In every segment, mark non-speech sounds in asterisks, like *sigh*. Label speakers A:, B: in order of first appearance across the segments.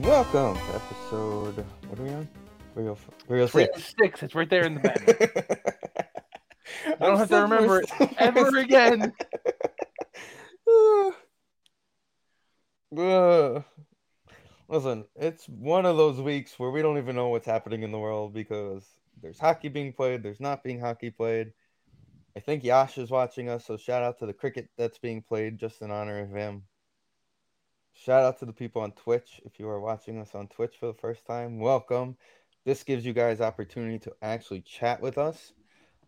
A: Welcome to episode. What are we on? oh Radio, f- radio
B: Three
A: six.
B: and six. It's right there in the
A: I *laughs*
B: back. I don't have to remember
A: oh
B: it
A: *sighs*
B: ever again.
A: Ugh. Listen, it's one of those weeks where we don't even know what's happening in the world because there's hockey being played, there's not being hockey played. I think Yash is watching us, so shout out to the cricket that's being played just in honor of him. Shout out to the people on Twitch. If you are watching us on Twitch for the first time, welcome. This gives you guys opportunity to actually chat with us.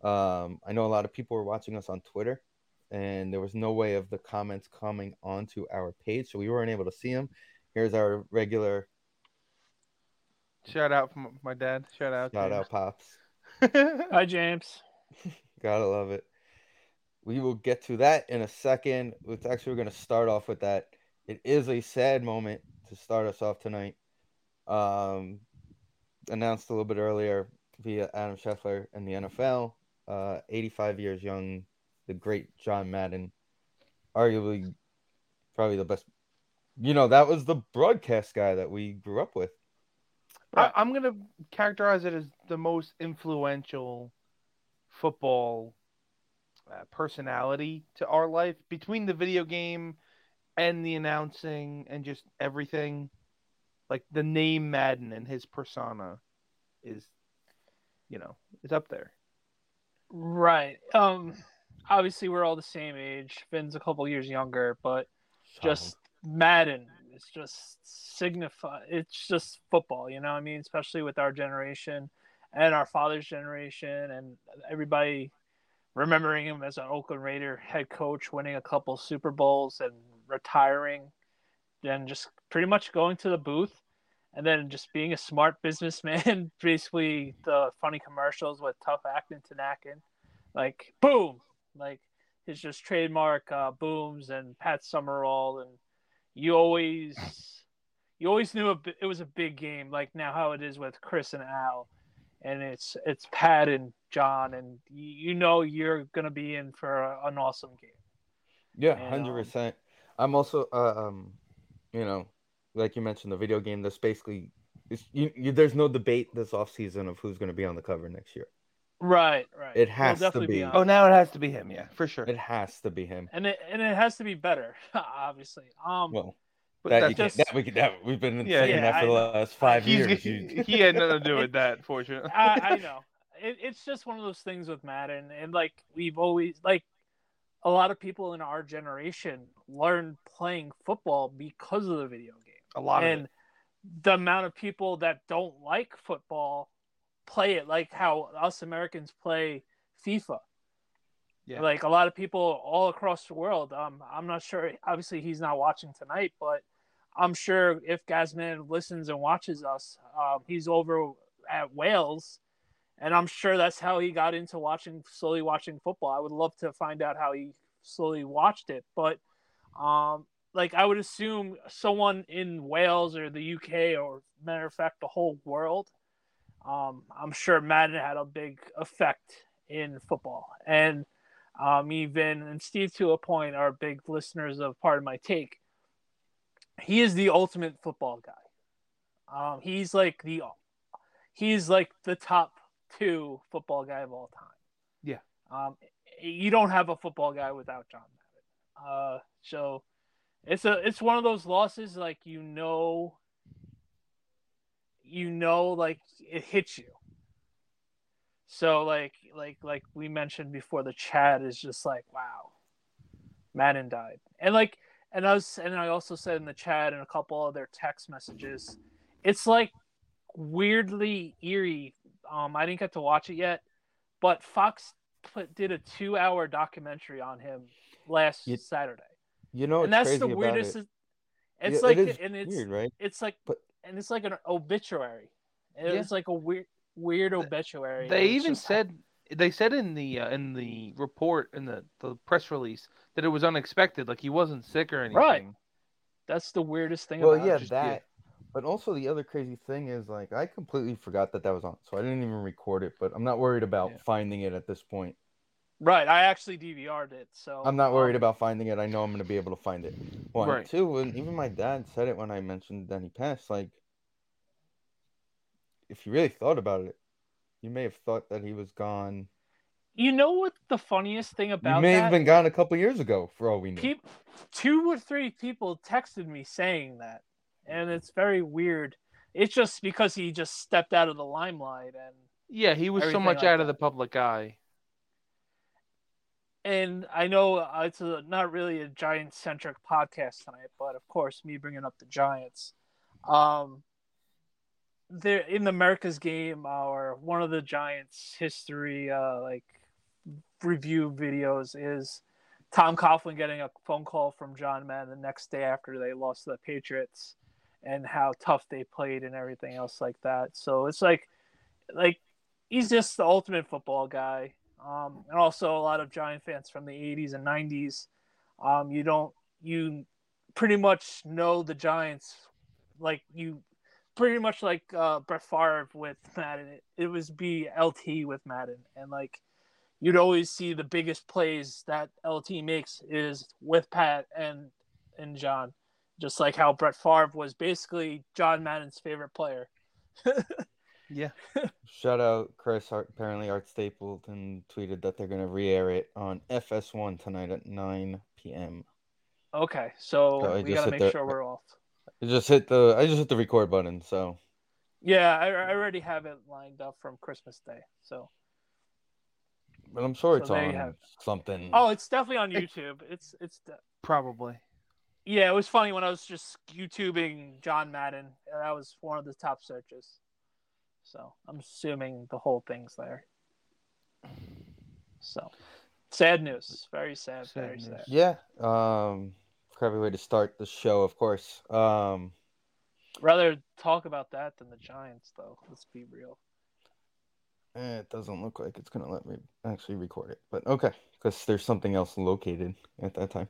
A: Um, I know a lot of people were watching us on Twitter and there was no way of the comments coming onto our page, so we weren't able to see them. Here's our regular
B: Shout out from my dad. Shout out.
A: shout out pops.
B: out.
C: Hi, James.
A: Gotta love it. We will get to that in a second. It's actually we're gonna start off with that. It is a sad moment to start us off tonight. Um, announced a little bit earlier via Adam Scheffler and the NFL. Uh, 85 years young, the great John Madden, arguably probably the best. You know, that was the broadcast guy that we grew up with.
B: I, I'm gonna characterize it as the most influential football uh, personality to our life between the video game and the announcing and just everything. Like the name Madden and his persona is, you know, is up there.
C: Right. Um. Obviously, we're all the same age. Finn's a couple years younger, but just Madden. It's just signify. It's just football. You know what I mean? Especially with our generation and our father's generation and everybody remembering him as an Oakland Raider head coach, winning a couple Super Bowls and retiring, then just pretty much going to the booth and then just being a smart businessman. *laughs* Basically, the funny commercials with tough acting to knacking, like boom, like his just trademark uh, booms and Pat Summerall, and you always. You always knew a bi- it was a big game, like now how it is with Chris and Al and it's it's Pat and John, and you, you know you're gonna be in for a, an awesome game.
A: Yeah,
C: And,
A: hundred
C: um,
A: percent. I'm also, uh, um, you know, like you mentioned, the video game. That's basically, it's, you, you, there's no debate this off season of who's going to be on the cover next year.
C: Right, right.
A: It has to
C: definitely
A: be.
C: on.
B: Oh, now it has to be him. Yeah, for sure.
A: It has to be him.
C: and it and it has to be better, *laughs* obviously. Um,
A: Well,
B: But
A: that,
B: that's
A: you can't,
C: just-
A: that, we, can- that we've been
B: Yeah,
A: saying
C: yeah,
A: that for
C: I
A: the
C: know.
A: last five
B: He's-
A: years.
B: He,
A: You,
B: *laughs* he had nothing to do with that, fortunately.
C: I,
B: *laughs*
C: I know. It, it's just one of those things with Madden, and like we've always like a lot of people in our generation learned playing football because of the video game.
B: a lot
C: and
B: of it.
C: the amount of people that don't like football play it like how us Americans play FIFA.
B: Yeah.
C: Like a lot of people all across the world. Um, I'm not sure. Obviously, he's not watching tonight, but I'm sure if Gazman listens and watches us, um, he's over at Wales, and I'm sure that's how he got into watching slowly watching football. I would love to find out how he slowly watched it, but um, like I would assume someone in Wales or the UK or matter of fact the whole world. Um, I'm sure Madden had a big effect in football, and um, even and Steve to a point are big listeners of part of my take. He is the ultimate football guy. Um, he's like the he's like the top two football guy of all time.
B: Yeah.
C: Um, you don't have a football guy without John Madden. Uh, so it's a it's one of those losses like you know you know like it hits you so like like like we mentioned before the chat is just like wow madden died and like and i was and i also said in the chat and a couple other text messages it's like weirdly eerie um i didn't get to watch it yet but fox put, did a two hour documentary on him last
A: You-
C: saturday
A: you know,
C: and
A: what's
C: that's the
A: crazy about
C: weirdest.
A: it?
C: It's
A: Yeah,
C: like,
A: it is
C: and it's
A: weird, right?
C: it's like
A: But
C: and it's like an obituary. And
B: Yeah.
C: It's like a weird weird obituary.
B: They
C: It's
B: even
C: just-
B: said they said in the uh, in the report in the, the press release that it was unexpected, like he wasn't sick or anything.
C: Right. that's the weirdest thing
A: Well,
C: about
A: yeah,
C: it.
B: just you.
A: that. But also the other crazy thing is like I completely forgot that that was on, so I didn't even record it. But I'm not worried about
B: Yeah.
A: finding it at this point.
C: Right. I actually DVR'd it, so
A: I'm not worried
C: um,
A: about finding it. I know I'm gonna be able to find it. One,
B: Right.
A: two, and even my dad said it when I mentioned that he passed. Like, if you really thought about it, you may have thought that he was gone.
C: You know what the funniest thing about
A: you may
C: that?
A: have been gone a couple years ago, for all we know.
C: Peop- two or three people texted me saying that, and it's very weird. It's just because he just stepped out of the limelight, and
B: Yeah, he was so
C: Everything
B: much
C: like
B: out of
C: that.
B: the public eye.
C: and I know uh, it's a, not really a giant centric podcast tonight, but of course, me bringing up the Giants, um, there in America's Game, our one of the Giants' history uh, like review videos is Tom Coughlin getting a phone call from John Madden the next day after they lost to the Patriots and how tough they played and everything else like that. So it's like like he's just the ultimate football guy. Um, and also a lot of Giant fans from the 80s and 90s. Um, you don't you pretty much know the Giants like you pretty much like uh, Brett Favre with Madden. It, it was be LT with Madden and like you'd always see the biggest plays that LT makes is with Pat and and John, just like how Brett Favre was basically John Madden's favorite player.
B: Yeah.
A: Shout out Chris. Art, apparently, Art Stapleton tweeted that they're gonna re-air it on FS1 tonight at 9 p.m.
C: Okay, so
A: So I
C: we
A: just
C: gotta
A: hit
C: make
A: the-
C: sure we're off.
A: I just hit the I just hit the record button, so
C: Yeah, I, I already have it lined up from Christmas Day. So
A: but I'm sure
C: So
A: it's
C: there you have
A: on
C: it.
A: something.
B: Hmm.
C: oh, it's definitely on YouTube. It's it's de-
B: Probably.
C: yeah. It was funny when I was just YouTubing John Madden. and That was one of the top searches. So I'm assuming the whole thing's there. So sad news. Very sad.
B: Sad
C: very
B: news.
C: sad.
A: Yeah. Um crappy way to start the show, of course. Um
C: Rather talk about that than the Giants, though. Let's be real.
A: eh, it doesn't look like it's gonna let me actually record it, but okay, because there's something else located at that time.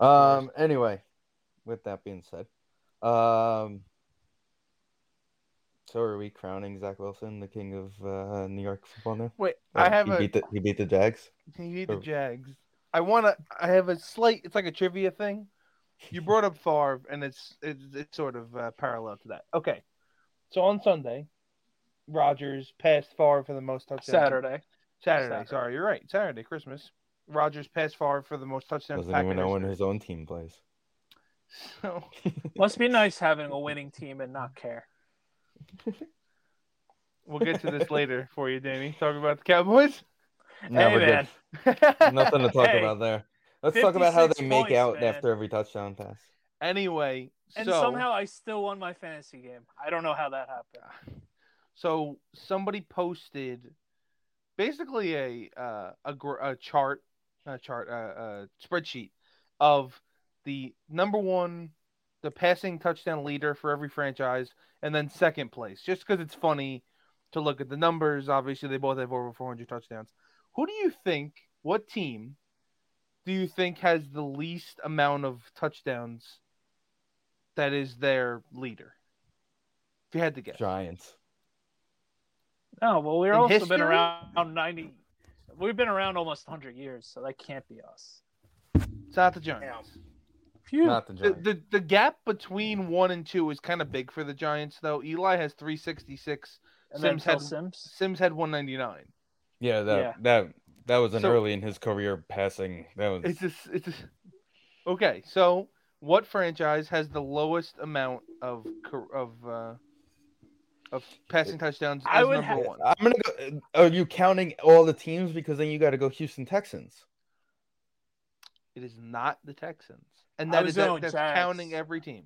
A: Um anyway, with that being said, um so are we crowning Zach Wilson the king of uh, New York football now?
B: Wait,
A: Or
B: I have
A: he
B: a
A: beat the he beat the Jags.
B: He need the
A: Or-
B: Jags. I want to. I have a slight. It's like a trivia thing. You *laughs* brought up Favre, and it's it's, it's sort of uh, parallel to that. Okay, so on Sunday, Rogers passed Favre for the most touchdowns.
C: Saturday.
B: Saturday.
C: Saturday.
B: Sorry, you're right. Saturday, Christmas. Rogers passed Favre for the most touchdowns.
A: Doesn't even
B: Packer
A: know when
B: history.
A: his own team plays.
B: *laughs* So
A: *laughs*
C: Must be nice having a winning team and not care.
B: we'll get to this later for you, Danny. Talk about the Cowboys.
A: No,
C: hey
A: we're good.
C: man,
A: Nothing to talk
C: Hey,
A: about there. Let's talk about how they
C: 56
A: make
C: points,
A: out
C: man.
A: after every touchdown pass.
B: *laughs* anyway,
C: and
B: so,
C: somehow I still won my fantasy game. I don't know how that happened.
B: So somebody posted basically a uh, a, gr- a chart, a chart, uh, a, a spreadsheet of the number one, the passing touchdown leader for every franchise, and then second place. Just because it's funny to look at the numbers. Obviously, they both have over 400 touchdowns. Who do you think? What team do you think has the least amount of touchdowns? That is their leader. If you had to guess.
A: Giants.
C: No, well, we've
B: In
C: also
B: history?
C: been around ninety. We've been around almost hundred years, so that can't be us.
B: It's not the Giants.
C: Phew.
A: Not the
B: The,
A: Giants.
B: the the gap between one and two is kind of big for the Giants, though. Eli has 366.
C: and then
B: Sims
C: Phil
B: had-
C: Sims.
B: Sims had 199.
A: yeah, that
C: yeah.
A: that that was an
B: So-
A: early in his career passing. That was
B: It's just, it's just... okay. So, what franchise has the lowest amount of cor- of uh, of passing touchdowns
C: I
B: as
C: would
B: number
C: have-
B: one?
A: I'm gonna go. uh, Are you counting all the teams? Because then you got to go Houston Texans.
B: It is not the Texans, and
C: I
B: that
C: was
B: is that,
C: going
B: that's
C: Jags.
B: counting every team.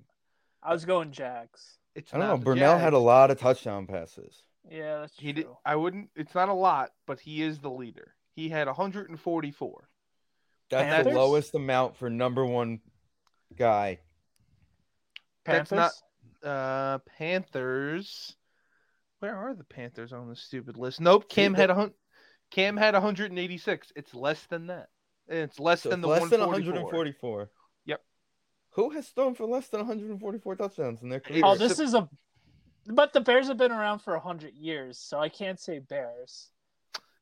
C: I was going Jags.
B: It's
A: I don't
B: not
A: know.
B: the
A: Burnell had a
B: Jags.
A: lot of touchdown passes.
C: Yeah, that's
B: He
C: true.
B: did. I wouldn't. It's not a lot, but he is the leader. He had 144.
A: That's
C: Panthers?
A: the lowest amount for number one guy.
B: That's
C: Panthers.
B: not- uh, Panthers. Where are the Panthers on this stupid list? Nope, Cam had a hun- Cam had 186. It's less than that. It's less
A: So
B: than the
A: less than
B: 144.
A: 144.
B: Yep.
A: Who has thrown for less than 144 touchdowns in their career?
C: Oh, this is a. But the Bears have been around for hundred years, so I can't say Bears.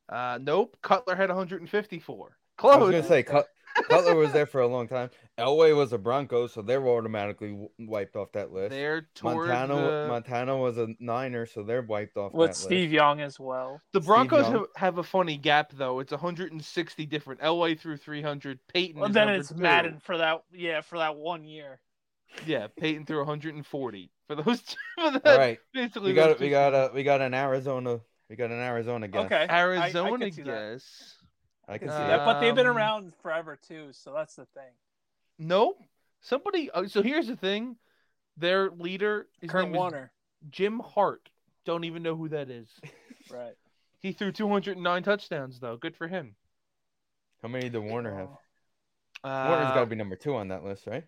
B: Uh, nope, Cutler had 154.
A: I
B: Close.
A: was gonna say Cut- Cutler was there for a long time. Elway was a Bronco, so they were automatically w- wiped off that list.
B: They're toward
A: Montana,
B: the,
A: Montana was a Niner, so they're wiped off.
C: With
A: that
C: Steve
A: list.
C: Young as well.
B: the
A: Steve
B: Broncos
A: Young.
B: have, have a funny gap though. It's 160 different. Elway through 300. Peyton.
C: Well,
B: is
C: then
B: number
C: it's
B: two.
C: Madden for that. Yeah, for that one year.
B: Yeah, Peyton through 140 for those. two- *laughs* For that,
A: All right,
B: basically
A: we
B: those
A: got
B: two
A: we got a we got an Arizona we got an Arizona guy.
C: Okay, I- I could
B: Arizona
C: see that.
B: guess.
A: I
C: I
A: can
C: can
A: see
C: see
B: Uh,
A: that.
C: that, but they've been
B: Um,
C: around forever too, so that's the thing.
B: Nope. Somebody. oh, So here's the thing. Their leader is
C: Kurt Warner,
B: Jim Hart. Don't even know who that is.
C: right?
B: He threw 209 touchdowns though. Good for him.
A: How many did Warner have?
B: Uh,
A: Warner's got to be number two on that list, right?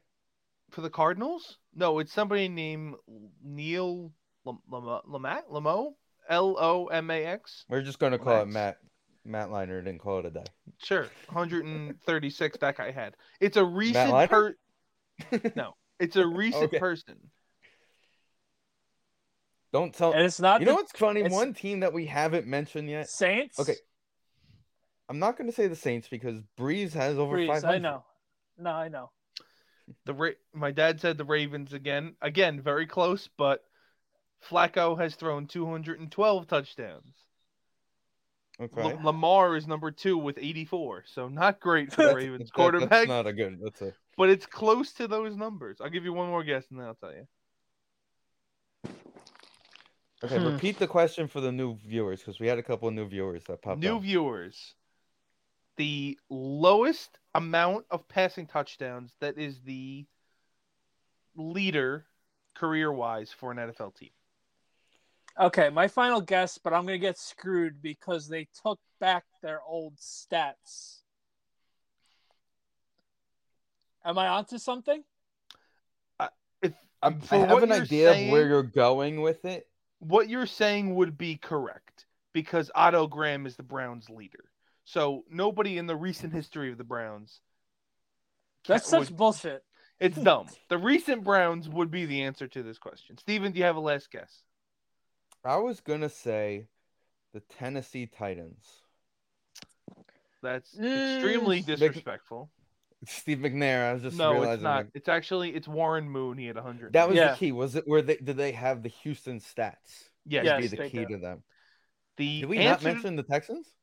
B: for the Cardinals? No, it's somebody named Neil Lam- Lama- Lamac Lamo L O M A X.
A: We're just gonna call it
B: Max.
A: Matt Matt Liner didn't call it a day.
B: Sure, 136 that guy had. It's a recent
A: Leiter?
B: per.
A: *laughs*
B: no, it's a recent
A: Okay.
B: person.
A: Don't tell.
C: And it's not
A: You know
C: the
A: what's funny?
C: it's-
A: One team that we haven't mentioned yet.
C: Saints.
A: Okay, I'm not going to say the Saints because Breeze has over
C: Breeze,
A: 500.
C: I know. No, I know.
B: The Ra- my dad said the Ravens again. Again, very close, but Flacco has thrown 212 touchdowns.
A: Okay.
B: La- Lamar is number two with 84, so not great for the
A: *laughs* That's-
B: Ravens
A: that-
B: quarterback,
A: That's not a good. That's a.
B: but it's close to those numbers. I'll give you one more guess, and then I'll tell you.
A: Okay,
C: Hmm.
A: repeat the question for the new viewers because we had a couple of new viewers that popped
B: new
A: up.
B: viewers the lowest amount of passing touchdowns that is the leader career wise for an NFL team.
C: Okay, my final guess, but I'm gonna get screwed because they took back their old stats. Am I onto something?
B: If
A: I'm,
B: for
A: I have
B: what
A: an
B: you're
A: idea of where
B: saying-
A: you're going with it.
B: what you're saying would be correct because Otto Graham is the Browns leader. So nobody in the recent history of the Browns
C: That's
B: That would-
C: such bullshit.
B: it's dumb. the recent Browns would be the answer to this question. Steven, do you have a last guess?
A: I was gonna say the Tennessee Titans. *laughs*
B: That's
C: Mm.
B: extremely
A: Make-
B: disrespectful.
A: Steve McNair. I was just
B: No,
A: realizing
B: it's not.
A: that-
B: It's actually it's Warren Moon. He had 100.
A: that was
C: Yeah.
A: the key. Was it where they did they have the Houston stats?
B: yes.
C: Yes,
A: be the
C: they
A: key
C: do.
A: to them.
B: The
A: Did we
B: answer,
A: not mention the Texans?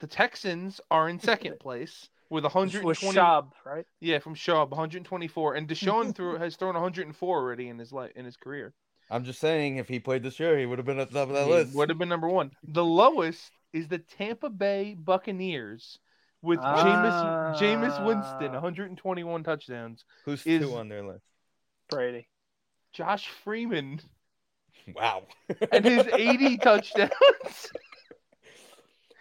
B: the Texans are in
C: *laughs*
B: second place with
C: With
B: 120.
C: Schaub, right?
B: Yeah, from Schaub, 124, and
C: *laughs*
B: Deshaun threw, has thrown 104 already in his life in his career.
A: I'm just saying, if he played this year, he would have been at the top of that list.
B: Would have been number one. The lowest is the Tampa Bay Buccaneers with Jameis Jameis Winston,
C: Ah.
B: 121 touchdowns.
A: Who's
B: is-
A: two on their list? *laughs*
C: Brady.
B: Josh Freeman
A: Wow.
B: and
A: *laughs*
B: his *laughs* 80 touchdowns.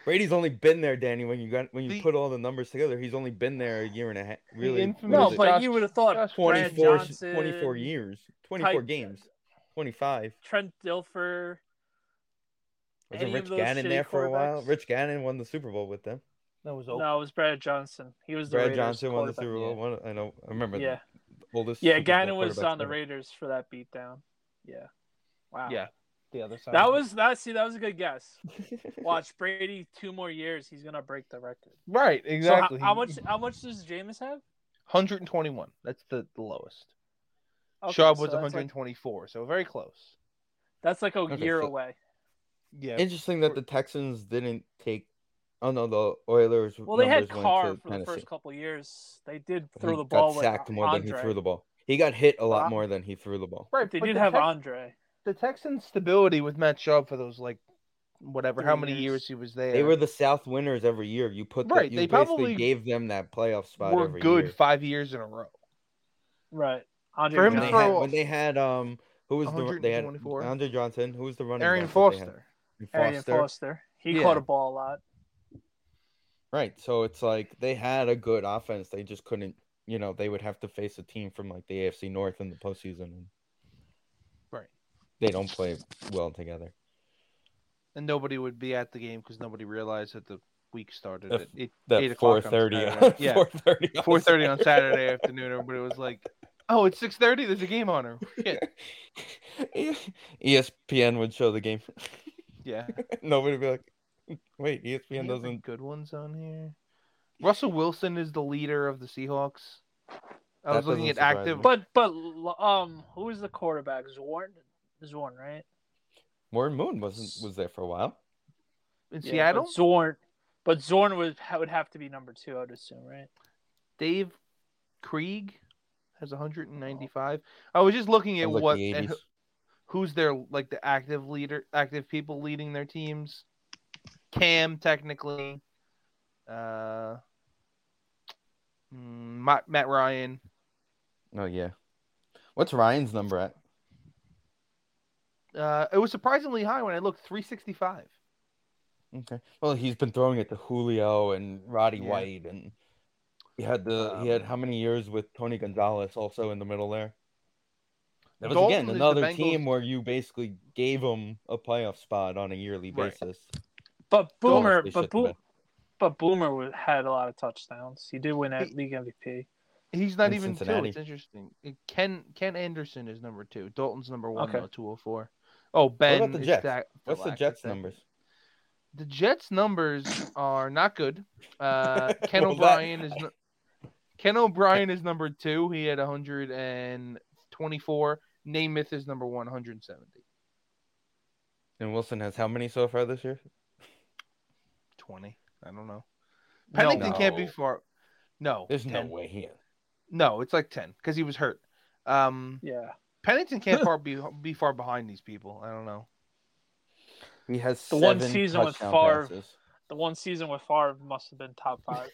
A: Brady's only been there, Danny. When you got when you
B: The-
A: put all the numbers together, he's only been there a year and a half. Really,
B: infamous-
A: what
C: No,
A: is it?
C: but
B: Josh-
C: you would have thought
B: Josh
C: Brad
A: 24,
C: Johnson,
A: 24 years, twenty four
C: Type-
A: games, twenty five.
C: Trent Dilfer.
A: Wasn't
C: Any of
A: Rich
C: those
A: Gannon there
C: shitty
A: for a while?
C: quarterbacks?
A: Rich Gannon won the Super Bowl with them.
B: That was
C: No, it was Brad Johnson. He was the
A: Brad
C: Raiders
A: Johnson won the
C: quarterback.
A: Super Bowl. One, I know. I remember.
C: Yeah,
A: The oldest
C: yeah.
A: Super Bowl
C: Gannon was
A: quarterback
C: on the
A: ever.
C: Raiders for that beatdown. Yeah. Wow.
B: Yeah, the other side.
C: That was that. See, that was a good guess.
A: *laughs*
B: *laughs*
C: Watch Brady two more years. He's gonna break the record.
B: right. Exactly.
C: So how, how much? How much does Jameis have?
B: 121. That's the, the lowest.
C: Okay,
B: Schaub
C: so
B: was
C: that's Like,
B: 124, so very close.
C: that's like a
A: Okay,
C: year
A: so-
C: away.
B: Yeah.
A: Interesting that the Texans didn't take. Oh no, the Oilers.
C: Well, they
A: numbers
C: had
A: went
C: Carr
A: to
C: for the
A: Tennessee.
C: first couple years. They did
A: He
C: throw the
A: got
C: ball. with
A: sacked more
C: Andre.
A: than he threw the ball. He got hit a lot
C: Well,
A: more than he threw the ball.
B: right.
C: They
B: but
C: did
B: the
C: have
B: Tex-
C: Andre.
B: the Texans' stability with Matt Schaub for those like whatever how
C: Three
B: many
C: years.
B: years he was there.
A: They were the South winners every year. You put
B: Right,
A: right. you
B: they
A: basically
B: probably
A: gave them that playoff spot.
B: were
A: every
B: good
A: Year.
B: five years in a row.
C: Right. Andre
B: For him
A: When
B: to
A: they,
C: Johnson.
A: had,
B: throw-
A: when they had um, who was the they had
B: 124.
A: Andre Johnson, who was the running
B: Arian
A: back that they had?
B: Foster.
C: Arian
A: Foster.
C: Foster. He
B: Yeah.
C: caught a ball a lot.
A: Right. So it's like they had a good offense. They just couldn't. You know, they would have to face a team from like the AFC North in the postseason. they don't play well together.
B: and nobody would be at the game because nobody realized that the week started
A: If
B: at eight, eight
A: That four
B: o'clock. on
A: thirty, *laughs*
B: Saturday. yeah,
A: four thirty,
B: *laughs* four thirty
A: *laughs*
B: on Saturday afternoon. Everybody was like, "Oh, it's six thirty. There's a game on
A: *laughs*
B: her." Shit.
A: E, ESPN would show the game. *laughs*
B: Yeah,
A: Nobody would be like, "Wait, E ESPN
B: Any other
A: doesn't."
B: good ones on here. Russell Wilson is the leader of the Seahawks. I
A: That
B: was looking at
A: doesn't surprise
B: active.
A: me.
C: But but um, who is the quarterback? Zorn, Zorn, right?
A: Warren Moon wasn't was there for a while.
B: in
C: Yeah, but
B: Seattle,
C: Zorn, but Zorn would would have to be number two, I'd assume, right?
B: Dave Krieg has 195. I was just looking at
A: Sounds like
B: what
A: the
B: and
A: 80s.
B: who's their like the active leader, active people leading their teams. Cam technically, uh, mm, Matt, Matt Ryan.
A: Oh yeah. What's Ryan's number at?
B: Uh, it was surprisingly high when I looked 365.
A: Okay. Well, he's been throwing it to Julio and Roddy
B: Yeah. Um,
A: White, and he had the he had how many years with Tony Gonzalez also in the middle there. That was
B: Dalton
A: again
B: is the
A: another
B: Bengals-
A: team where you basically gave him a playoff spot on a yearly
B: Right.
A: basis.
C: But Boomer,
A: Dolphins, they
C: but
A: shouldn't have
C: Bo- but Boomer wa- had a lot of touchdowns. He did win at
B: He-
C: league MVP.
B: He's not
A: In
B: even two.
A: Cincinnati.
B: It's interesting. Uh, Ken Ken Anderson is number two. Dalton's number one.
C: Okay.
B: though, 204. Oh Ben.
A: about the
B: is
A: Jets?
B: stack-
A: What's the
B: Black,
A: Jets
B: that's it.
A: numbers?
B: The Jets numbers are not good. *laughs* Uh, Ken
A: Well, that-
B: O'Brien is nu- Ken O'Brien is number two. He had 124. Namath is number one, 170.
A: And Wilson has how many so far this year?
B: 20. I don't know.
C: No.
B: Pennington can't be
A: No.
B: far. No,
A: There's no
B: 10.
A: way he.
B: No, it's like 10 because he was hurt. Um,
C: Yeah,
B: Pennington can't
A: *laughs*
B: far be be far behind these people. I don't know.
A: He has
C: The one
A: seven
C: season with
A: touchdown
C: Favre.
A: passes.
C: the one season with Favre must have been top five.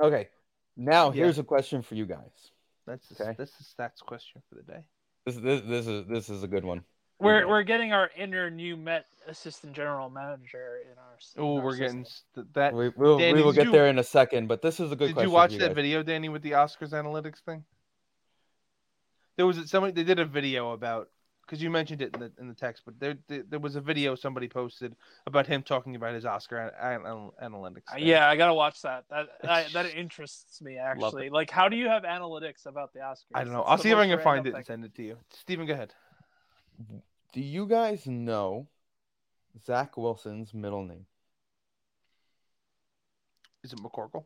A: Okay. Now
B: Yeah.
A: here's a question for you guys.
B: That's the,
A: Okay.
B: that's the stats question for the day.
A: This this this is this is a good one.
C: *laughs* We're
A: Okay.
C: we're getting our inner new Met assistant general manager in our. in
B: Oh,
C: our
B: we're getting
C: system.
B: s- th- that.
A: We we'll,
B: Uh, Danny,
A: we will
B: did
A: get
B: you-
A: there in a second, but this is a good
B: Did
A: question.
B: you
A: for
B: watch that
A: guys.
B: video, Danny, with the Oscars analytics thing? There was somebody they did a video about because you mentioned it in the in the text, but there, there there was a video somebody posted about him talking about his Oscar an, an- analytics.
C: Uh,
B: thing.
C: Yeah, I gotta watch that. That I, that interests me actually. Like, how do you have analytics about the Oscars?
B: I don't know.
C: It's
B: I'll
C: the
B: see if I
C: most
B: can find
C: random
B: it and
C: thing.
B: send it to you. Stephen, go ahead.
A: Do you guys know Zach Wilson's middle name? *laughs*
B: Is it McCorkle?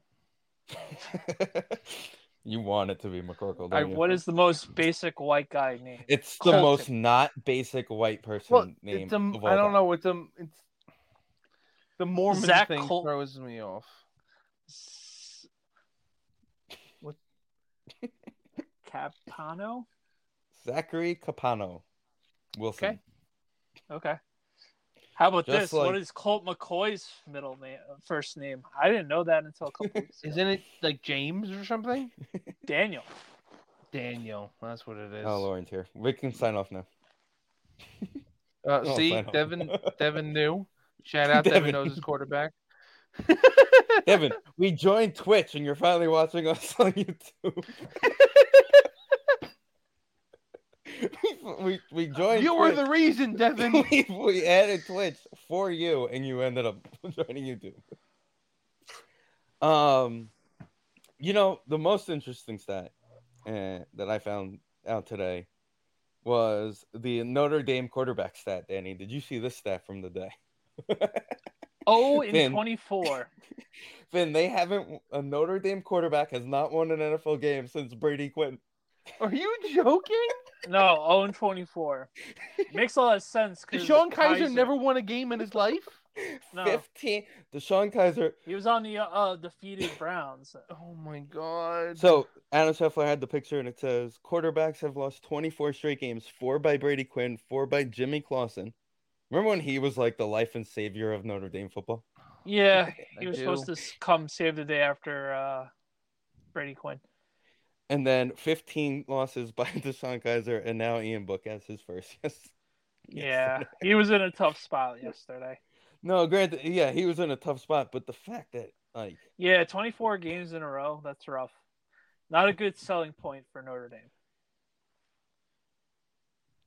A: you want it to be McCorkle, don't
C: All right,
A: you?
C: what is the most basic white guy name?
A: It's the
C: Colton.
A: most not basic white person
B: Well,
A: name.
B: it's a,
A: of all
B: I don't
A: time.
B: know. It's a it's the Mormon
C: Zach
B: thing
C: Col-
B: throws me off.
C: S-
B: What?
C: Capano?
A: Zachary Capano Wilson.
B: Okay.
C: Okay. How about
A: Just
C: this?
A: like-
C: What is Colt McCoy's middle name, uh, first name? I didn't know that until a couple
A: *laughs*
C: weeks ago.
B: Isn't it like James or something?
C: Daniel?
B: Daniel, that's what it is.
A: Oh, Lauren's here. We can sign off now.
B: Uh,
A: Oh,
B: see,
A: fine. *laughs*
B: Devin, Devin knew. Shout out Devin,
A: Devin.
B: knows his quarterback.
A: *laughs* Evan, we joined Twitch and you're finally watching us on *laughs* YouTube. we, we, we joined
B: You were
A: Twitch.
B: the reason,
A: *laughs*
B: Devin.
A: we, we added Twitch for you, and you ended up *laughs* joining YouTube. Um, you know the most interesting stat uh, that I found out today was the Notre Dame quarterback stat. Danny, did you see this stat from the day? *laughs*
C: Oh, in
A: Finn.
C: 24.
A: Finn, they haven't a Notre Dame quarterback has not won an NFL game since Brady Quinn.
B: Are you joking?
C: *laughs* No, 0 and 24. Makes a lot of sense. because
B: Sean Kaiser, never won a game in his life.
C: No.
A: Fifteen. Deshaun Kaiser.
C: He was on the uh, defeated Browns.
B: Oh my god.
A: So Adam Scheffler had the picture, and it says quarterbacks have lost 24 straight games, four by Brady Quinn, four by Jimmy Clausen. Remember when he was like the life and savior of Notre Dame football?
C: Yeah,
B: I
C: he was
B: do.
C: supposed to s- come save the day after uh, Brady Quinn.
A: And then 15 losses by *laughs* Deshaun Kaiser, and now Ian Book as his first. *laughs* Yes.
B: *laughs*
C: Yeah, he was in a tough spot yesterday.
A: No, granted, yeah, he was in a tough spot, but the fact that like
C: Yeah, 24 games in a row. That's rough. Not a good selling point for Notre Dame.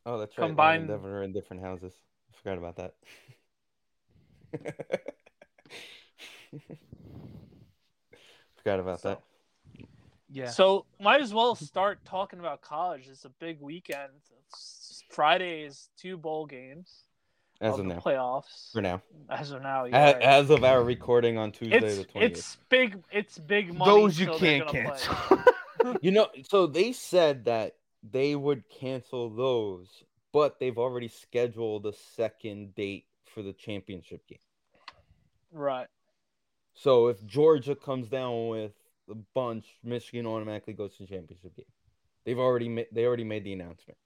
A: Oh, that's right. Combined...
C: Combined-
A: and Devin are in different houses. I forgot about that. *laughs* forgot about
C: So-
A: that.
B: Yeah.
C: So might as well start talking about college. It's a big weekend. It's- Friday is two bowl games
A: As
C: of
A: of
C: the
A: now.
C: playoffs.
A: For now.
C: As of now, yeah.
A: A-
C: right.
A: As of our recording on Tuesday
C: it's
A: the 28th.
C: it's big. It's big money.
B: Those you
C: so they're
B: can't
C: gonna play.
B: cancel.
A: *laughs* You know, so they said that they would cancel those, but they've already scheduled a second date for the championship game.
C: Right.
A: So if Georgia comes down with a bunch, Michigan automatically goes to the championship game. They've already ma- they already made the announcement.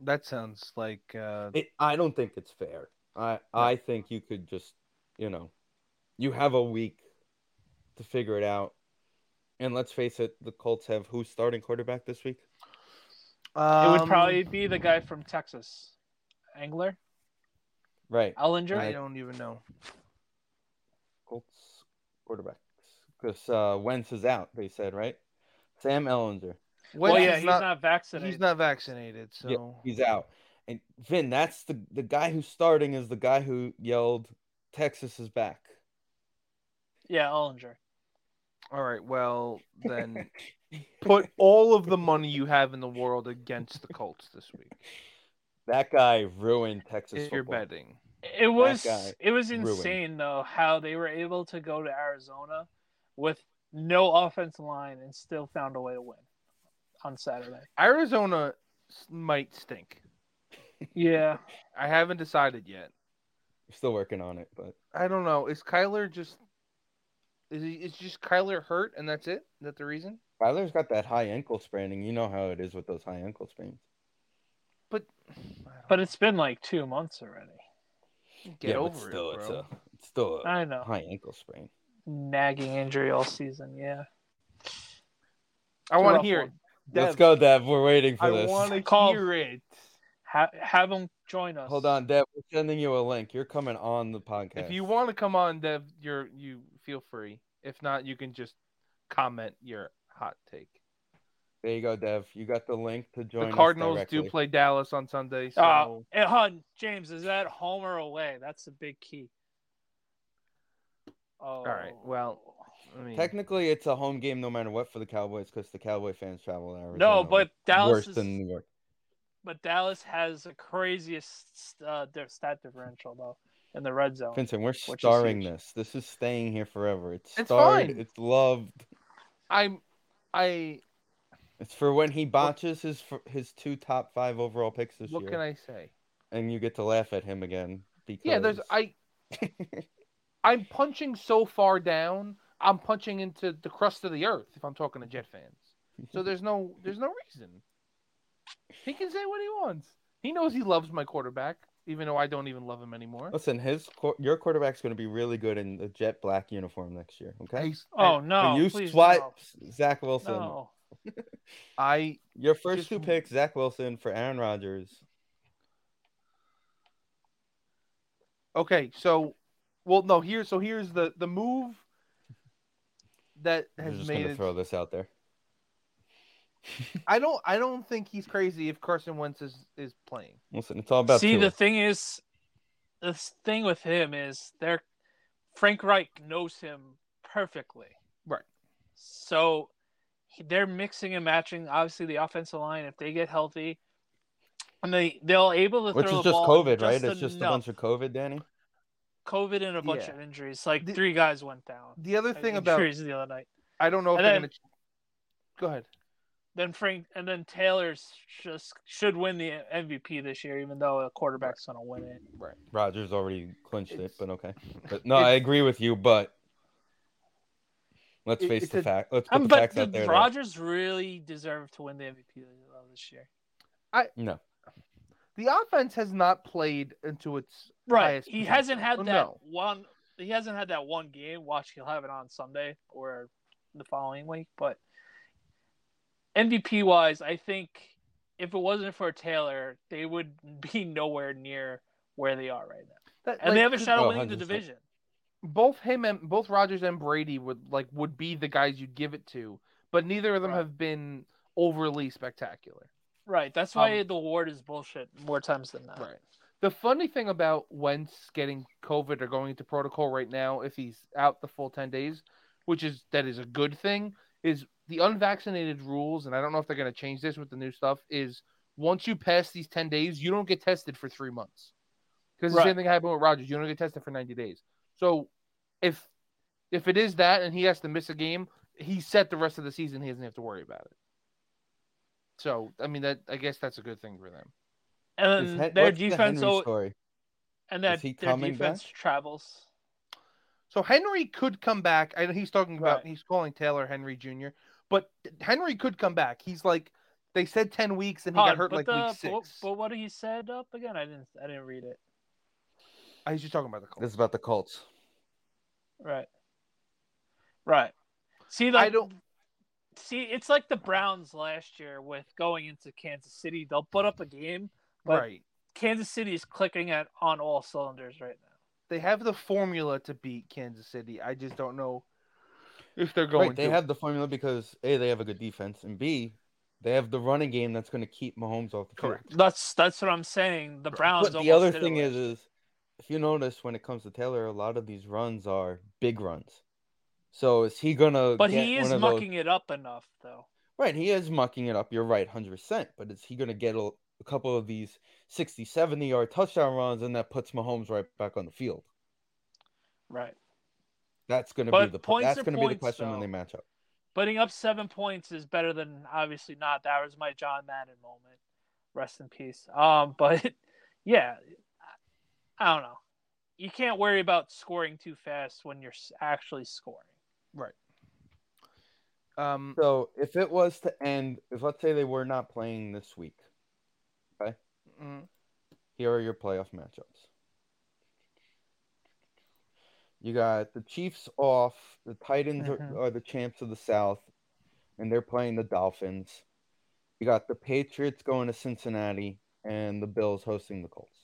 B: that sounds like uh,
A: It, I don't think it's fair. I I think you could just you know, you have a week to figure it out. And let's face it, the Colts have who's starting quarterback this week?
C: it
B: um,
C: would probably be the guy from Texas, Angler
A: Right.
C: Ellinger.
B: I don't even know.
A: Colts quarterbacks because uh, Wentz is out. They said right. Sam Ellinger,
C: Well,
B: Wentz
C: yeah,
B: is
C: he's not, vaccinated.
B: he's not vaccinated, so
A: he's out. And Vin, that's the the guy who's starting is the guy who yelled, "Texas is back."
C: Yeah, Ellinger.
B: all right. Well,
A: *laughs*
B: then put all of the money you have in the world against the Colts this week.
A: That guy ruined Texas.
B: If you're
A: football.
B: betting,
C: It was
A: guy
C: it was
A: ruined.
C: insane though how they were able to go to Arizona with no offensive line and still found a way to win on Saturday.
B: Arizona s- might stink.
C: Yeah.
B: I haven't decided yet.
A: Still working on it, but
B: I don't know. Is Kyler just is he, is just Kyler hurt and that's it? Is that the reason? *sighs*
A: Kyler's got that high ankle spraining. You know how it is with those high ankle sprains.
B: But
C: But it's been like two months already.
B: get
A: Yeah, but
B: over
A: still,
B: it,
A: It's,
B: bro.
A: a, it's still a
C: I know.
A: high ankle sprain.
C: Nagging injury all season, yeah.
B: I want to
C: rough
B: hear it.
C: one.
A: Let's
B: Dev,
A: go, Dev. We're waiting for
B: I
A: this.
B: want to
C: Call-
B: hear it.
C: Ha- have them join us.
A: Hold on, Dev. We're sending you a link. You're coming on the podcast.
B: If you want to come on, Dev, you're you feel free. If not, you can just comment your hot take.
A: There you go, Dev. You got the link to join.
B: the
A: us
B: Cardinals do
A: directly. Ah.
B: play Dallas on Sunday, so
C: Uh, hey, hun, James, is that home or away? That's the big key. Oh. All
B: right, well, I mean,
A: Technically, it's a home game no matter what for the Cowboys because the Cowboy fans travel to Arizona.
C: no, but Dallas
A: worse
C: is,
A: than New York.
C: but Dallas has the craziest uh, their stat differential though in the red zone.
A: Vincent, we're
C: is
A: starring
C: huge.
A: this. This is staying here forever. It's,
B: It's
A: starred.
B: fine.
A: It's loved.
B: I'm I
A: It's for when he botches his fir- his two top five overall picks this
B: what
A: year,
B: can I say?
A: and you get to laugh at him again. Because
B: Yeah, there's
A: *laughs*
B: I I'm punching so far down. I'm punching into the crust of the earth if I'm talking to Jet fans. So
A: Mm-hmm.
B: there's no there's no reason. He can say what he wants. He knows he loves my quarterback, even though I don't even love him anymore.
A: listen. His quar- your quarterback's going to be really good in the jet black uniform next year. Okay,
B: He's-
C: Oh
B: I,
C: no!
A: When you
C: please,
A: swipe Zach
C: no.
A: Wilson.
C: no.
B: I
A: Your first
B: Just-
A: two picks, Zach Wilson for Aaron Rodgers.
B: okay, so well no, here so here's the the move that
A: I'm
B: has
A: just
B: made
A: gonna
B: it
A: throw this out there.
B: I don't I don't think he's crazy if Carson Wentz is is playing.
A: Listen, it's all about
C: See,
A: Tua.
C: the thing is, the thing with him is they're Frank Reich knows him perfectly.
B: Right.
C: So he- they're mixing and matching. Obviously, the offensive line, if they get healthy, and they they'll able to
A: which is
C: throw
A: just
C: the ball
A: COVID, right? It's just a
C: enough.
A: bunch of COVID, Danny.
C: COVID and a bunch
B: Yeah.
C: of injuries. Like
B: The-
C: three guys went down.
B: The other
C: Like,
B: thing about
C: injuries the other night.
B: I don't know if
C: And
B: they're
C: then-
B: gonna Go ahead.
C: then Frank and then Taylor's just should win the MVP this year, even though a quarterback's gonna win it.
B: Right.
A: Rogers already clinched it,
B: It's-
A: but okay. But no, I
B: it's-
A: agree with you. But let's
B: It-
A: face
B: it's
A: the
B: a-
A: fact. Let's put
C: Um,
A: the
C: but
A: facts
C: the
A: out there. that-
C: Rogers really deserved to win the MVP of this year.
A: No,
B: The offense has not played into its
C: Right.
B: highest
C: He
B: potential.
C: hasn't had
B: Oh,
C: that
B: no.
C: one. He hasn't had that one game. Watch, he'll have it on Sunday or the following week. But MVP wise, I think if it wasn't for Taylor, they would *laughs* be nowhere near where they are right now,
B: That-
C: and
B: like,
C: they have a
B: th-
C: shot
A: Oh,
C: of winning the
A: 100%.
C: division.
B: Both him and both Rogers and Brady would like would be the guys you'd give it to, but neither of them
C: Right.
B: have been overly spectacular.
C: Right. That's why the award is bullshit more times than not.
B: Um, Right. The funny thing about Wentz getting COVID or going into protocol right now, if he's out the full ten days, which is that is a good thing, is the unvaccinated rules, and I don't know if they're going to change this with the new stuff. Is once you pass these ten days, you don't get tested for three months, because the
C: Right.
B: same thing happened with Rogers. You don't get tested for ninety days. So if if it is that, and he has to miss a game, he's set the rest of the season. He doesn't have to worry about it. So I mean, that I guess that's a good thing for them.
A: Is
C: And
A: Hen-
C: their
A: what's the
C: defense,
A: Henry
C: al-
A: story?
C: and their,
A: Is he
C: their
A: coming
C: defense
A: back?
C: travels.
B: So Henry could come back. I know he's talking about
C: Right.
B: he's calling Taylor Henry Jr. But Henry could come back. He's like they said ten weeks and he
C: Hard,
B: got hurt
C: but
B: like
C: the-
B: week
C: but-
B: six.
C: But, what he said up again? I didn't. I didn't read it.
B: I was Ah, just talking about the Colts.
A: This is about the Colts.
C: Right. Right. See, like,
B: I don't
C: see. It's like the Browns last year with going into Kansas City. They'll put up a game, but
B: right.
C: Kansas City is clicking at on all cylinders right now.
B: They have the formula to beat Kansas City. I just don't know if they're going
A: right, they
B: to
A: have the formula because A, they have a good defense, and B, they have the running game that's going to keep Mahomes off the field.
B: correct.
C: That's that's what I'm saying. The Browns.
A: But the other
C: almost did it
A: thing
C: last
A: is, is if you notice when it comes to Taylor, a lot of these runs are big runs. So is he gonna?
C: But
A: get
C: he is
A: one of
C: mucking
A: Those...
C: it up enough, though.
A: Right, he is mucking it up. You're right, hundred percent. But is he gonna get a, a couple of these 60, 70 yard touchdown runs, and that puts Mahomes right back on the field?
C: Right.
A: That's gonna
C: But
A: be the
C: points
A: that's
C: are
A: gonna be the
C: points,
A: question when
C: though.
A: they match up.
C: Putting up seven points is better than obviously not. That was my John Madden moment. Rest in peace. Um, *laughs* but yeah, I don't know. You can't worry about scoring too fast when you're s- actually scoring.
B: Um
A: So if it was to end, if let's say they were not playing this week,
B: mm,
A: here are your playoff matchups. You got the Chiefs off, the Titans
C: Mhm.
A: are, are the champs of the South, and they're playing the Dolphins. You got the Patriots going to Cincinnati, and the Bills hosting the Colts.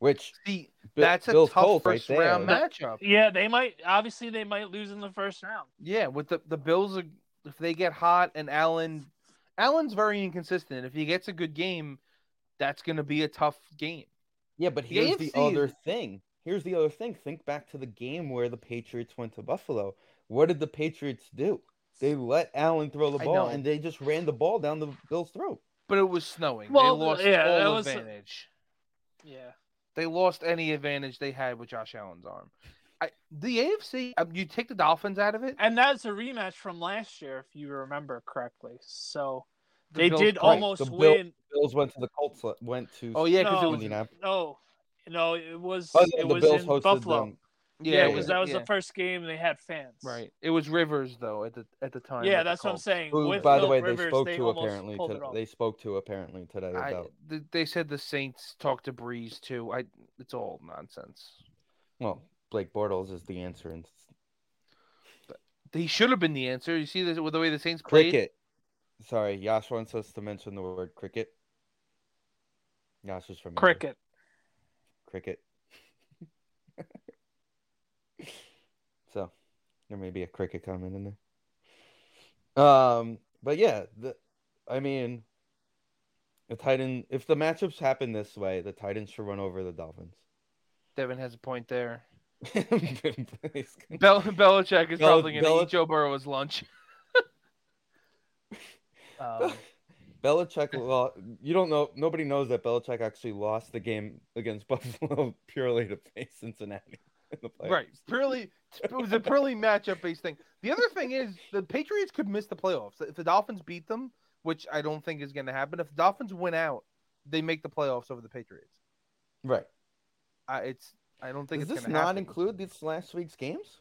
A: Which
B: see
A: Bi-
B: that's a
A: Bills
B: tough
A: Colts right
B: first
A: there.
B: round matchup.
C: Yeah, they might. Obviously, they might lose in the first round.
B: Yeah, with the the Bills, are, if they get hot and Allen, Allen's very inconsistent. If he gets a good game, that's going to be a tough game.
A: Yeah, but
B: The
A: here's the,
B: AFC
A: other
B: is-
A: thing. Here's the other thing. Think back to the game where the Patriots went to Buffalo. What did the Patriots do? They let Allen throw the
B: I
A: ball
B: know.
A: and they just ran the ball down the Bills' throat.
B: But it was snowing.
C: Well,
B: they lost
C: yeah, that
B: all
C: was- uh,
B: advantage.
C: Yeah.
B: They lost any advantage they had with Josh Allen's arm. I, the AFC, um, you take the Dolphins out of it.
C: And that's a rematch from last year, if you remember correctly. So
B: the
C: they
B: Bills
C: did
B: play.
C: almost
A: The Bill-
C: win.
A: Bills went to the Colts le- went to
B: Oh yeah, because
C: No.
B: it was
A: Indianapolis.
C: No, Oh, no, it was
A: Oh, yeah,
C: it
A: the
C: was
A: Bills
C: in
A: hosted
C: Buffalo.
A: them.
C: Yeah,
A: Yeah,
C: it was
A: yeah.
C: that was
B: yeah.
C: the first game they had fans.
B: right. It was Rivers though at the at the time.
C: Yeah,
B: with the
C: that's what I'm
B: Colts.
C: saying.
A: Who,
C: With
A: by the
C: Philip
A: way,
C: Rivers,
A: they spoke to
C: almost
A: apparently.
C: pulled
A: to-
C: it off. *laughs*
A: they spoke to apparently today
B: I-
A: about.
B: th- they said the Saints talked to Breeze too. I it's all nonsense.
A: Well, Blake Bortles is the answer in s-
B: He should have been the answer. You see this with the way the Saints played.
A: cricket. Sorry, Yash wants us to mention the word cricket. Yash is from India.
C: Cricket.
A: cricket. so there may be a cricket comment in there. Um, but yeah, the, I mean, the Titan. If the matchups happen this way, the Titans should run over the
B: *laughs*
A: Dolphins.
B: Devin has a point there.
A: Please.
B: Bel- Belichick is
A: Bel-
B: probably going to
A: Bel-
B: eat Joe Burrow's lunch. um,
A: Belichick, lo- you don't know. Nobody knows that Belichick actually lost the game against *laughs* Buffalo purely to face Cincinnati. In the playoffs.
B: right, purely it was a purely matchup based thing. The other thing is the Patriots could miss the playoffs if the Dolphins beat them, which I don't think is going to happen. If the Dolphins win out, they make the playoffs over the Patriots.
A: right.
B: I, it's I don't think
A: Does
B: it's
A: this
B: going to
A: not
B: happen.
A: include this last week's games?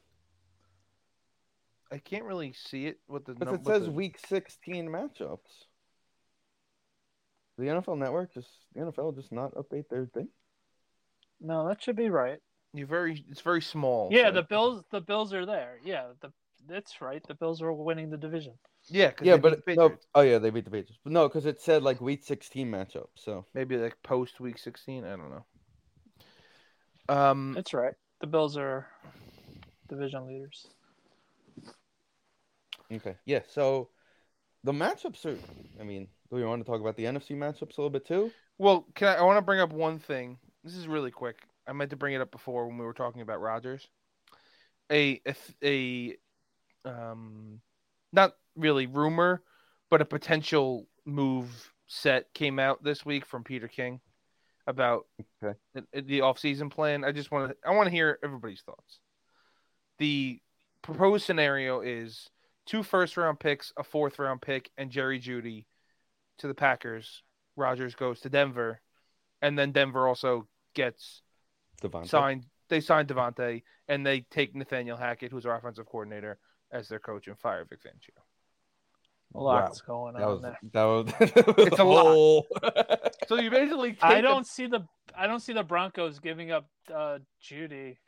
B: I can't really see it with the
A: Because
B: num-
A: it
B: with
A: says
B: the-
A: week 16 matchups. The NFL network just the NFL just not update their thing.
C: *laughs* No, that should be right.
B: You're very it's very small.
C: Yeah,
B: so-
C: the Bills. The Bills are there. Yeah, the that's right. The Bills are winning the division.
B: yeah 'cause
A: Yeah,
B: they
A: but
B: beat
A: no,
B: Patriots.
A: oh yeah, they beat the Patriots. But no, because it said like week 16 matchup. So
B: maybe like post week 16. I don't know. Um,
C: That's right. The Bills are division leaders.
A: okay, yeah. So the matchups are. I mean, do we want to talk about the NFC matchups a little bit too?
B: Well, can I, I want to bring up one thing. This is really quick. I meant to bring it up before when we were talking about Rogers. A a, th- a um, not really rumor, but a potential move set came out this week from Peter King about
A: Okay.
B: the, the offseason plan. I just want to I want to hear everybody's thoughts. The proposed scenario is two first round picks, a fourth round pick, and Jerry Judy to the Packers. Rogers goes to Denver, and then Denver also gets
A: Devontae.
B: signed. They signed Devontae, and they take Nathaniel Hackett, who's our offensive coordinator, as their coach, and fire Vic Fangio.
C: A
A: Wow.
C: lot's going
A: That
C: on
A: was,
C: there.
A: that was, that was *laughs*
B: It's a lot. *laughs*
A: whole-
B: So you basically take
C: I
B: the-
C: don't see the I don't see the Broncos giving up uh, Judy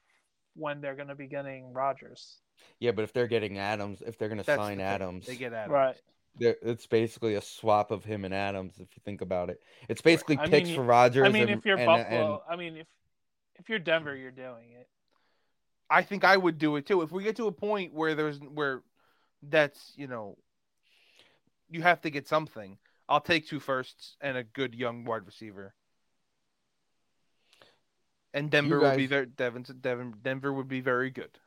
C: when they're going to be getting Rogers.
A: *laughs* yeah, but if they're getting Adams, if they're going to
B: that's the
A: sign
B: thing.
A: Adams,
B: *laughs* They get Adams.
C: Right.
A: they're- it's basically a swap of him and Adams. If you think about it, it's basically
C: I
A: picks
C: mean,
A: for Rogers.
C: I mean,
A: and,
C: if you're
A: and-
C: Buffalo,
A: and-
C: I mean, if if you're Denver, you're doing it.
B: I think I would do it too. If we get to a point where there's where that's you know you have to get something. I'll take two firsts and a good young wide receiver. And Denver would be
A: guys-
B: very Devin, Devin Denver would be very good.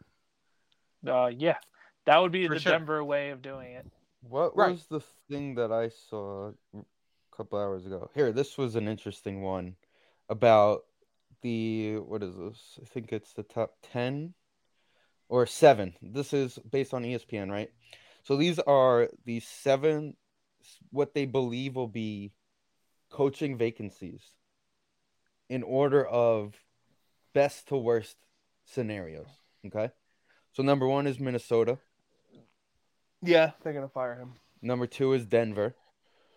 C: Uh, yeah, that would be
B: For
C: the
B: sure.
C: Denver way of doing it.
A: What
B: Right.
A: was the thing that I saw a couple hours ago? Here, this was an interesting one about the what is this? I think it's the top 10 or 7. This is based on E ESPN, right? So these are the 7 s- what they believe will be coaching vacancies in order of best to worst scenarios, okay? So number 1 is Minnesota.
B: Yeah, they're gonna fire him.
A: Number two is Denver.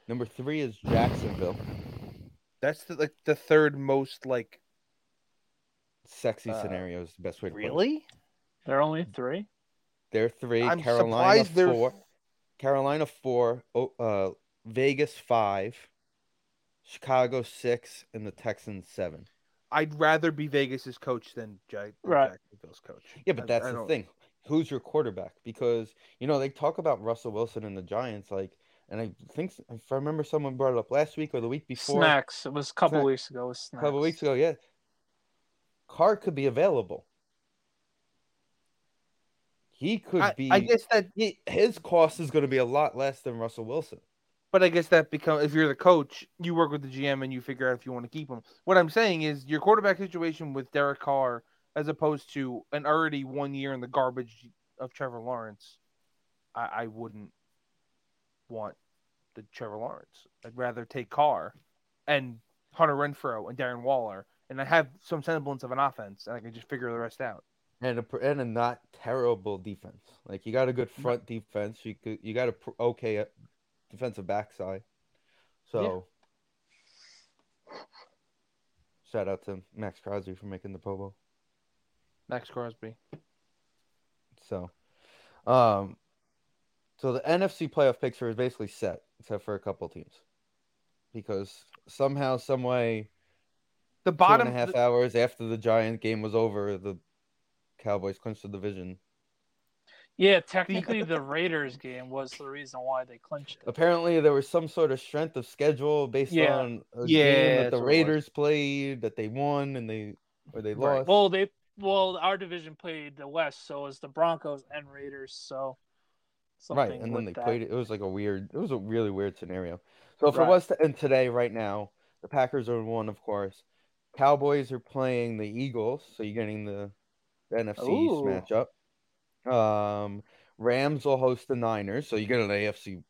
A: Number three is Jacksonville.
B: That's the, like the third most like
A: Sexy
B: Uh,
A: scenario is the best way to put it.
C: They're only three.
A: They're 3
B: I'm
A: Carolina
B: surprised they're-
A: four. Carolina four. O- Uh, Vegas five. Chicago six, and the Texans seven.
B: I'd rather be Vegas's coach than Jack, than
C: Right.
B: Jacksonville's coach.
A: Yeah, but
B: I-
A: that's
B: I
A: the
B: don't-
A: thing. Who's your quarterback? Because you know they talk about Russell Wilson and the Giants, like, and I think if I remember, someone brought it up last week or the week before.
C: Snacks. It was a couple
A: Snack-
C: weeks ago. It was
A: a
C: snacks.
A: couple weeks ago. Yeah, Carr could be available. He could
B: I,
A: be.
B: I guess that
A: he- his cost is going to be a lot less than Russell Wilson.
B: But I guess that become if you're the coach, you work with the GM and you figure out if you want to keep him. What I'm saying is your quarterback situation with Derek Carr, as opposed to an already one year in the garbage of Trevor Lawrence, I, I wouldn't want the Trevor Lawrence. I'd rather take Carr and Hunter Renfro and Darren Waller, and I have some semblance of an offense, and I can just figure the rest out.
A: and a pr- and a not terrible defense. Like you got a good front defense. You could you got a pr- okay uh, defensive backside. So shout out to Max Crosby for making the Pro Bowl.
B: Max Crosby.
A: So, um, so the NFC playoff picture is basically set except for a couple teams, because somehow, some way,
B: The
A: two
B: bottom
A: and a half hours after the Giant game was over, the Cowboys clinched the division.
C: Yeah, technically the Raiders game was the reason why they clinched it.
A: Apparently, there was some sort of strength of schedule based
C: Yeah.
A: on a
B: Yeah,
A: game that
B: that's
A: the
B: what it was.
A: Raiders played that they won and they or they
B: Right.
A: lost.
C: Well, they well our division played the West, so it was the Broncos and Raiders. So
A: right,
C: something
A: and then they
C: with that.
A: played it. It was like a weird. It was a really weird scenario. So if
C: Right.
A: it was to end today, right now, the Packers are one, of course. Cowboys are playing the Eagles, so you're getting the, the NFC
C: Ooh.
A: East matchup. Um, Rams will host the Niners, so you get an AFC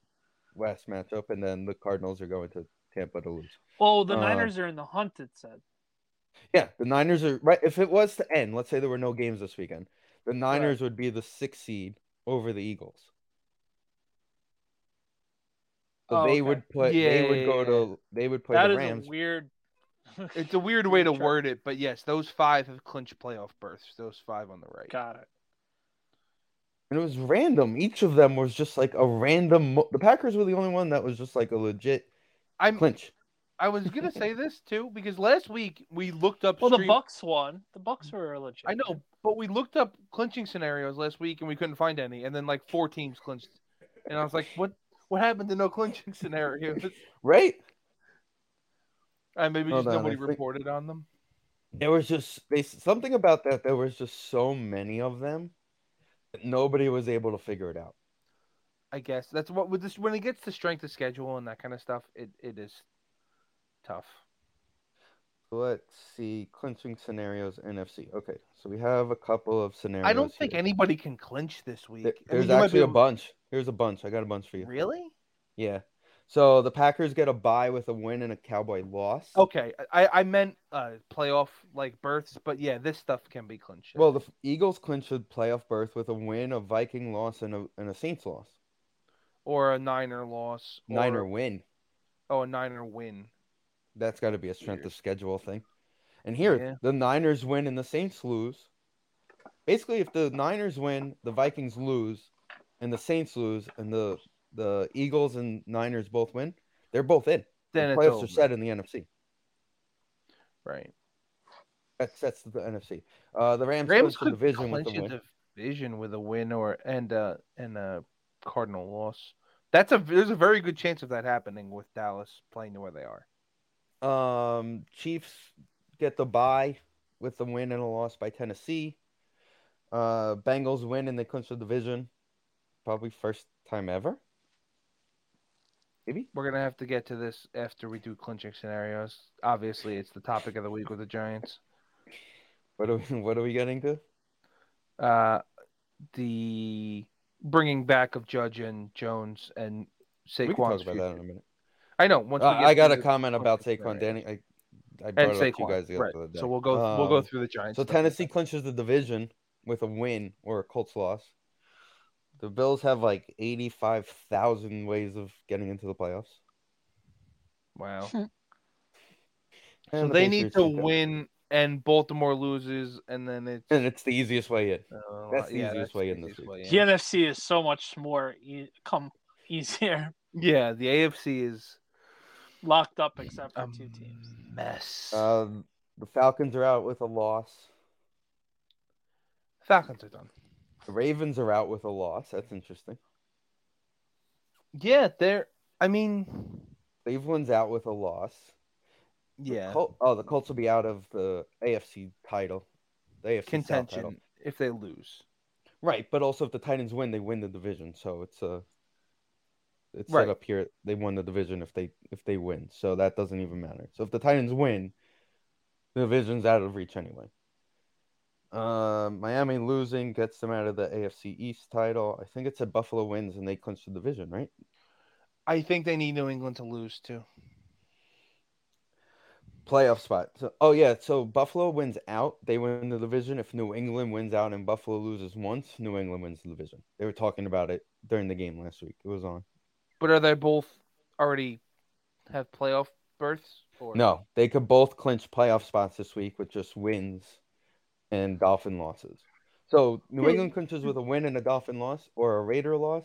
A: West matchup, and then the Cardinals are going to Tampa to lose.
C: Well, the
A: Uh,
C: Niners are in the hunt. It said.
A: Yeah, the Niners are right. If it was to end, let's say there were no games this weekend, the Niners would be the sixth seed over the Eagles. So
C: Oh,
A: they
C: okay.
A: would play. they would
B: Yeah,
A: go to. They would play
C: That
A: the
C: is
A: Rams.
C: a weird.
B: It's a weird way to
C: Sure.
B: word it, but yes, those five have clinched playoff berths. Those five on the right.
C: *laughs* Got it.
A: And it was random. Each of them was just like a random. Mo- the Packers were the only one that was just like a legit
B: I'm.
A: clinch.
B: I was gonna say this too because last week we looked up.
C: Well, the
B: stream-
C: Bucks won. The Bucks were legit.
B: I know, but we looked up clinching scenarios last week and we couldn't find any, and then like four teams clinched, and I was like, "What? What happened to no *laughs* clinching scenarios?
A: Right?
B: And maybe
A: Hold
B: just
A: on,
B: nobody
A: I think-
B: reported on them.
A: There was just they something about that. There was just so many of them that nobody was able to figure it out.
B: I guess that's what with this when it gets to strength of schedule and that kind of stuff, it, it is tough.
A: Let's see clinching scenarios NFC. Okay, so we have a couple of scenarios.
B: I don't think
A: here.
B: anybody can clinch this week.
A: There-
B: I mean,
A: there's
B: you might be
A: actually a
B: able-
A: bunch. Here's a bunch. I got a bunch for you.
B: Really?
A: Yeah. So the Packers get a bye with a win and a Cowboy loss.
B: Okay, I, I meant uh, playoff like berths, but yeah, this stuff can be clinched.
A: Well, the Eagles clinch a playoff berth with a win, a Viking loss, and a and a Saints loss.
B: or a Niner loss, or,
A: Niner win.
B: oh, a Niner win.
A: That's got to be a strength of schedule thing. And here,
B: Yeah.
A: the Niners win and the Saints lose. Basically, if the Niners win, the Vikings lose, and the Saints lose, and the the Eagles and Niners both win, they're both in.
B: Then
A: the
B: it's
A: playoffs
B: over.
A: are set in the NFC.
B: Right.
A: That sets the NFC. Uh, the Rams,
B: Rams
A: clinch the
B: could
A: division with
B: clinch
A: the
B: a
A: win.
B: division with a win or and uh and a Cardinal loss. That's a there's a very good chance of that happening with Dallas playing to where they are.
A: Um, Chiefs get the bye with the win and a loss by Tennessee. Uh, Bengals win and they clinch the division, probably first time ever. Maybe.
B: We're gonna have to get to this after we do clinching scenarios. Obviously, it's the topic of the week with the Giants.
A: What are we, *laughs* what are we getting to?
B: Uh, the bringing back of Judge and Jones and
A: We can talk
B: Saquon's
A: about that in a
B: future.
A: minute.
B: I know. Once we
A: Uh,
B: get
A: I got
B: to
A: a
B: the-
A: comment about
B: clinching
A: Saquon. Danny, I, I brought
B: and
A: it up to you
B: Saquon.
A: guys the
B: right.
A: other day.
B: So we'll go we'll go
A: Um,
B: through the Giants.
A: So
B: stuff in a
A: Tennessee
B: second.
A: clinches the division with a win or a Colts loss. The Bills have like eighty-five thousand ways of getting into the playoffs. *laughs*
B: Wow. So
A: And the
B: they need
A: Patriots
B: to
A: do that.
B: win, and Baltimore loses, and then it's
A: and it's the easiest way in.
B: uh,
A: that's the
B: yeah,
A: easiest
B: that's
A: way
B: the
A: in this
B: easiest
A: week.
B: way in.
C: The NFC is so much more e- come easier, *laughs*
B: Yeah, the AFC is
C: locked up except for
B: a
C: two teams.
B: mess.
A: Um, the Falcons are out with a loss.
B: Falcons are done.
A: The Ravens are out with a loss. That's interesting.
B: Yeah, they're. I mean,
A: Cleveland's out with a loss. The
B: yeah,
A: Col- oh, the Colts will be out of the AFC title. The AFC South title.
B: contention if they lose.
A: Right, but also if the Titans win, they win the division. So it's uh it's
B: Right.
A: set up here. They won the division if they if they win. So that doesn't even matter. So if the Titans win, the division's out of reach anyway. Uh, Miami losing gets them out of the AFC East title. I think it said Buffalo wins and they clinch the division, right?
B: I think they need New England to lose too.
A: Playoff spot. So, oh yeah, so Buffalo wins out, they win the division. If New England wins out and Buffalo loses once, New England wins the division. They were talking about it during the game last week. It was on.
B: But are they both already have playoff berths? Or...
A: No, they could both clinch playoff spots this week with just wins and Dolphin losses. So New England clinches with a win and a Dolphin loss or a Raider loss.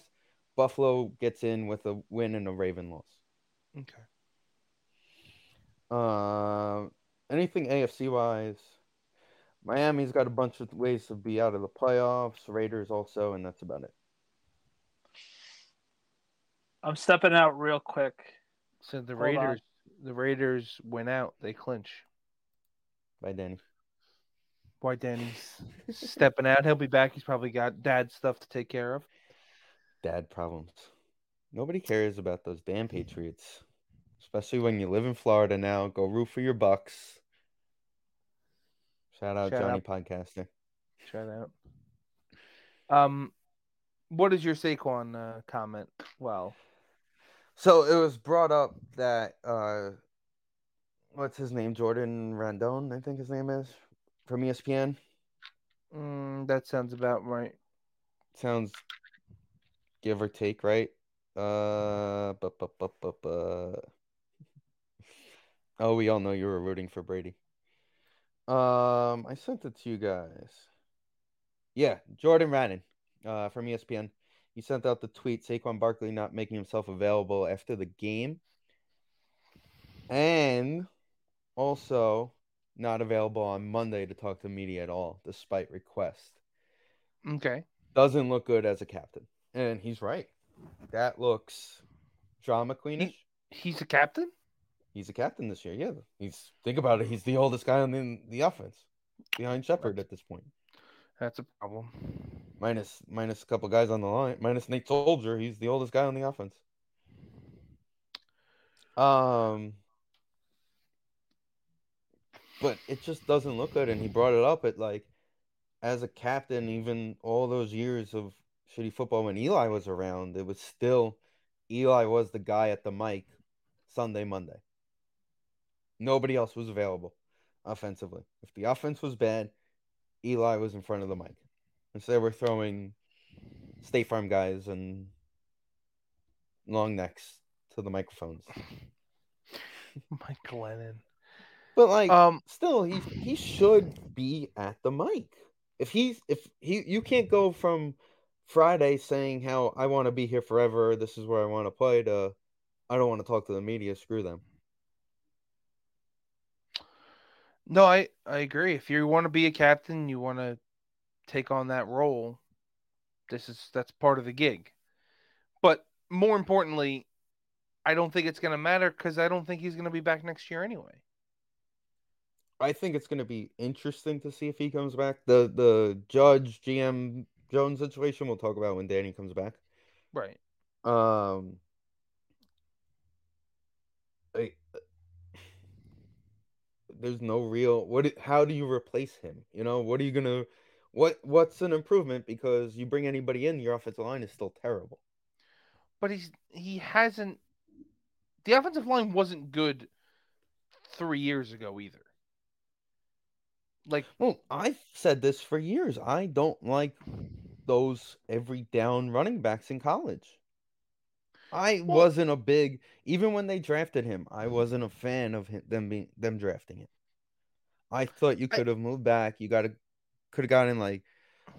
A: Buffalo gets in with a win and a Raven loss.
B: Okay.
A: Uh, anything AFC wise, Miami's got a bunch of ways to be out of the playoffs. Raiders also, and that's about it.
C: I'm stepping out real quick.
B: So the
C: Hold on.
B: Raiders, the Raiders went out. They clinch.
A: Bye, Danny.
B: Why Danny's stepping out? He'll be back. He's probably got dad stuff to take care of.
A: Dad problems. Nobody cares about those damn Patriots, especially when you live in Florida now. Go root for your Bucks. Shout out
B: Shout
A: Johnny
B: out.
A: Podcaster.
B: Shout out. Um, what is your Saquon uh, comment? Well,
A: So it was brought up that uh, what's his name, Jordan Randone, I think his name is from E ESPN.
B: mm, that sounds about right.
A: Sounds give or take, right? Uh, bu- bu- bu- bu- bu- Oh, we all know you were rooting for Brady. Um, I sent it to you guys. Yeah, Jordan Rannon, uh, from ESPN. He sent out the tweet Saquon Barkley not making himself available after the game, and also not available on Monday to talk to media at all, despite request
B: Okay.
A: doesn't look good as a captain. And he's right. That looks drama queenish.
B: He's a captain.
A: He's a captain this year. Yeah, he's think about it. He's the oldest guy on the, the offense, behind Shepard at this point.
B: That's a problem. *laughs*
A: Minus minus a couple guys on the line. Minus Nate Soldier. He's the oldest guy on the offense. Um, but it just doesn't look good. And he brought it up at like, as a captain, even all those years of shitty football when Eli was around, it was still Eli was the guy at the mic Sunday, Monday. Nobody else was available offensively. If the offense was bad, Eli was in front of the mic. Instead, we're throwing State Farm guys and long necks to the microphones.
B: Mike Glennon.
A: But like,
B: Um,
A: still, he he should be at the mic. If he's if he you can't go from Friday saying how I want to be here forever, this is where I want to play to I don't want to talk to the media, screw them.
B: No, I I agree. If you want to be a captain, you want to take on that role. This is that's part of the gig. But more importantly, I don't think it's going to matter cuz I don't think he's going to be back next year anyway.
A: I think it's going to be interesting to see if he comes back. The the judge GM Jones situation we'll talk about when Danny comes back.
B: Right.
A: Um, I- there's no real what. do- How do you replace him? You know, what are you gonna? What what's an improvement? Because you bring anybody in, your offensive line is still terrible.
B: But he's he hasn't the offensive line wasn't good 3 years ago either. Like
A: Well, I've said this for years. I don't like those every down running backs in college. I wasn't a big even when they drafted him. I wasn't a fan of him, them being them drafting him. I thought you
B: I-
A: could have moved back. You got to could have gotten like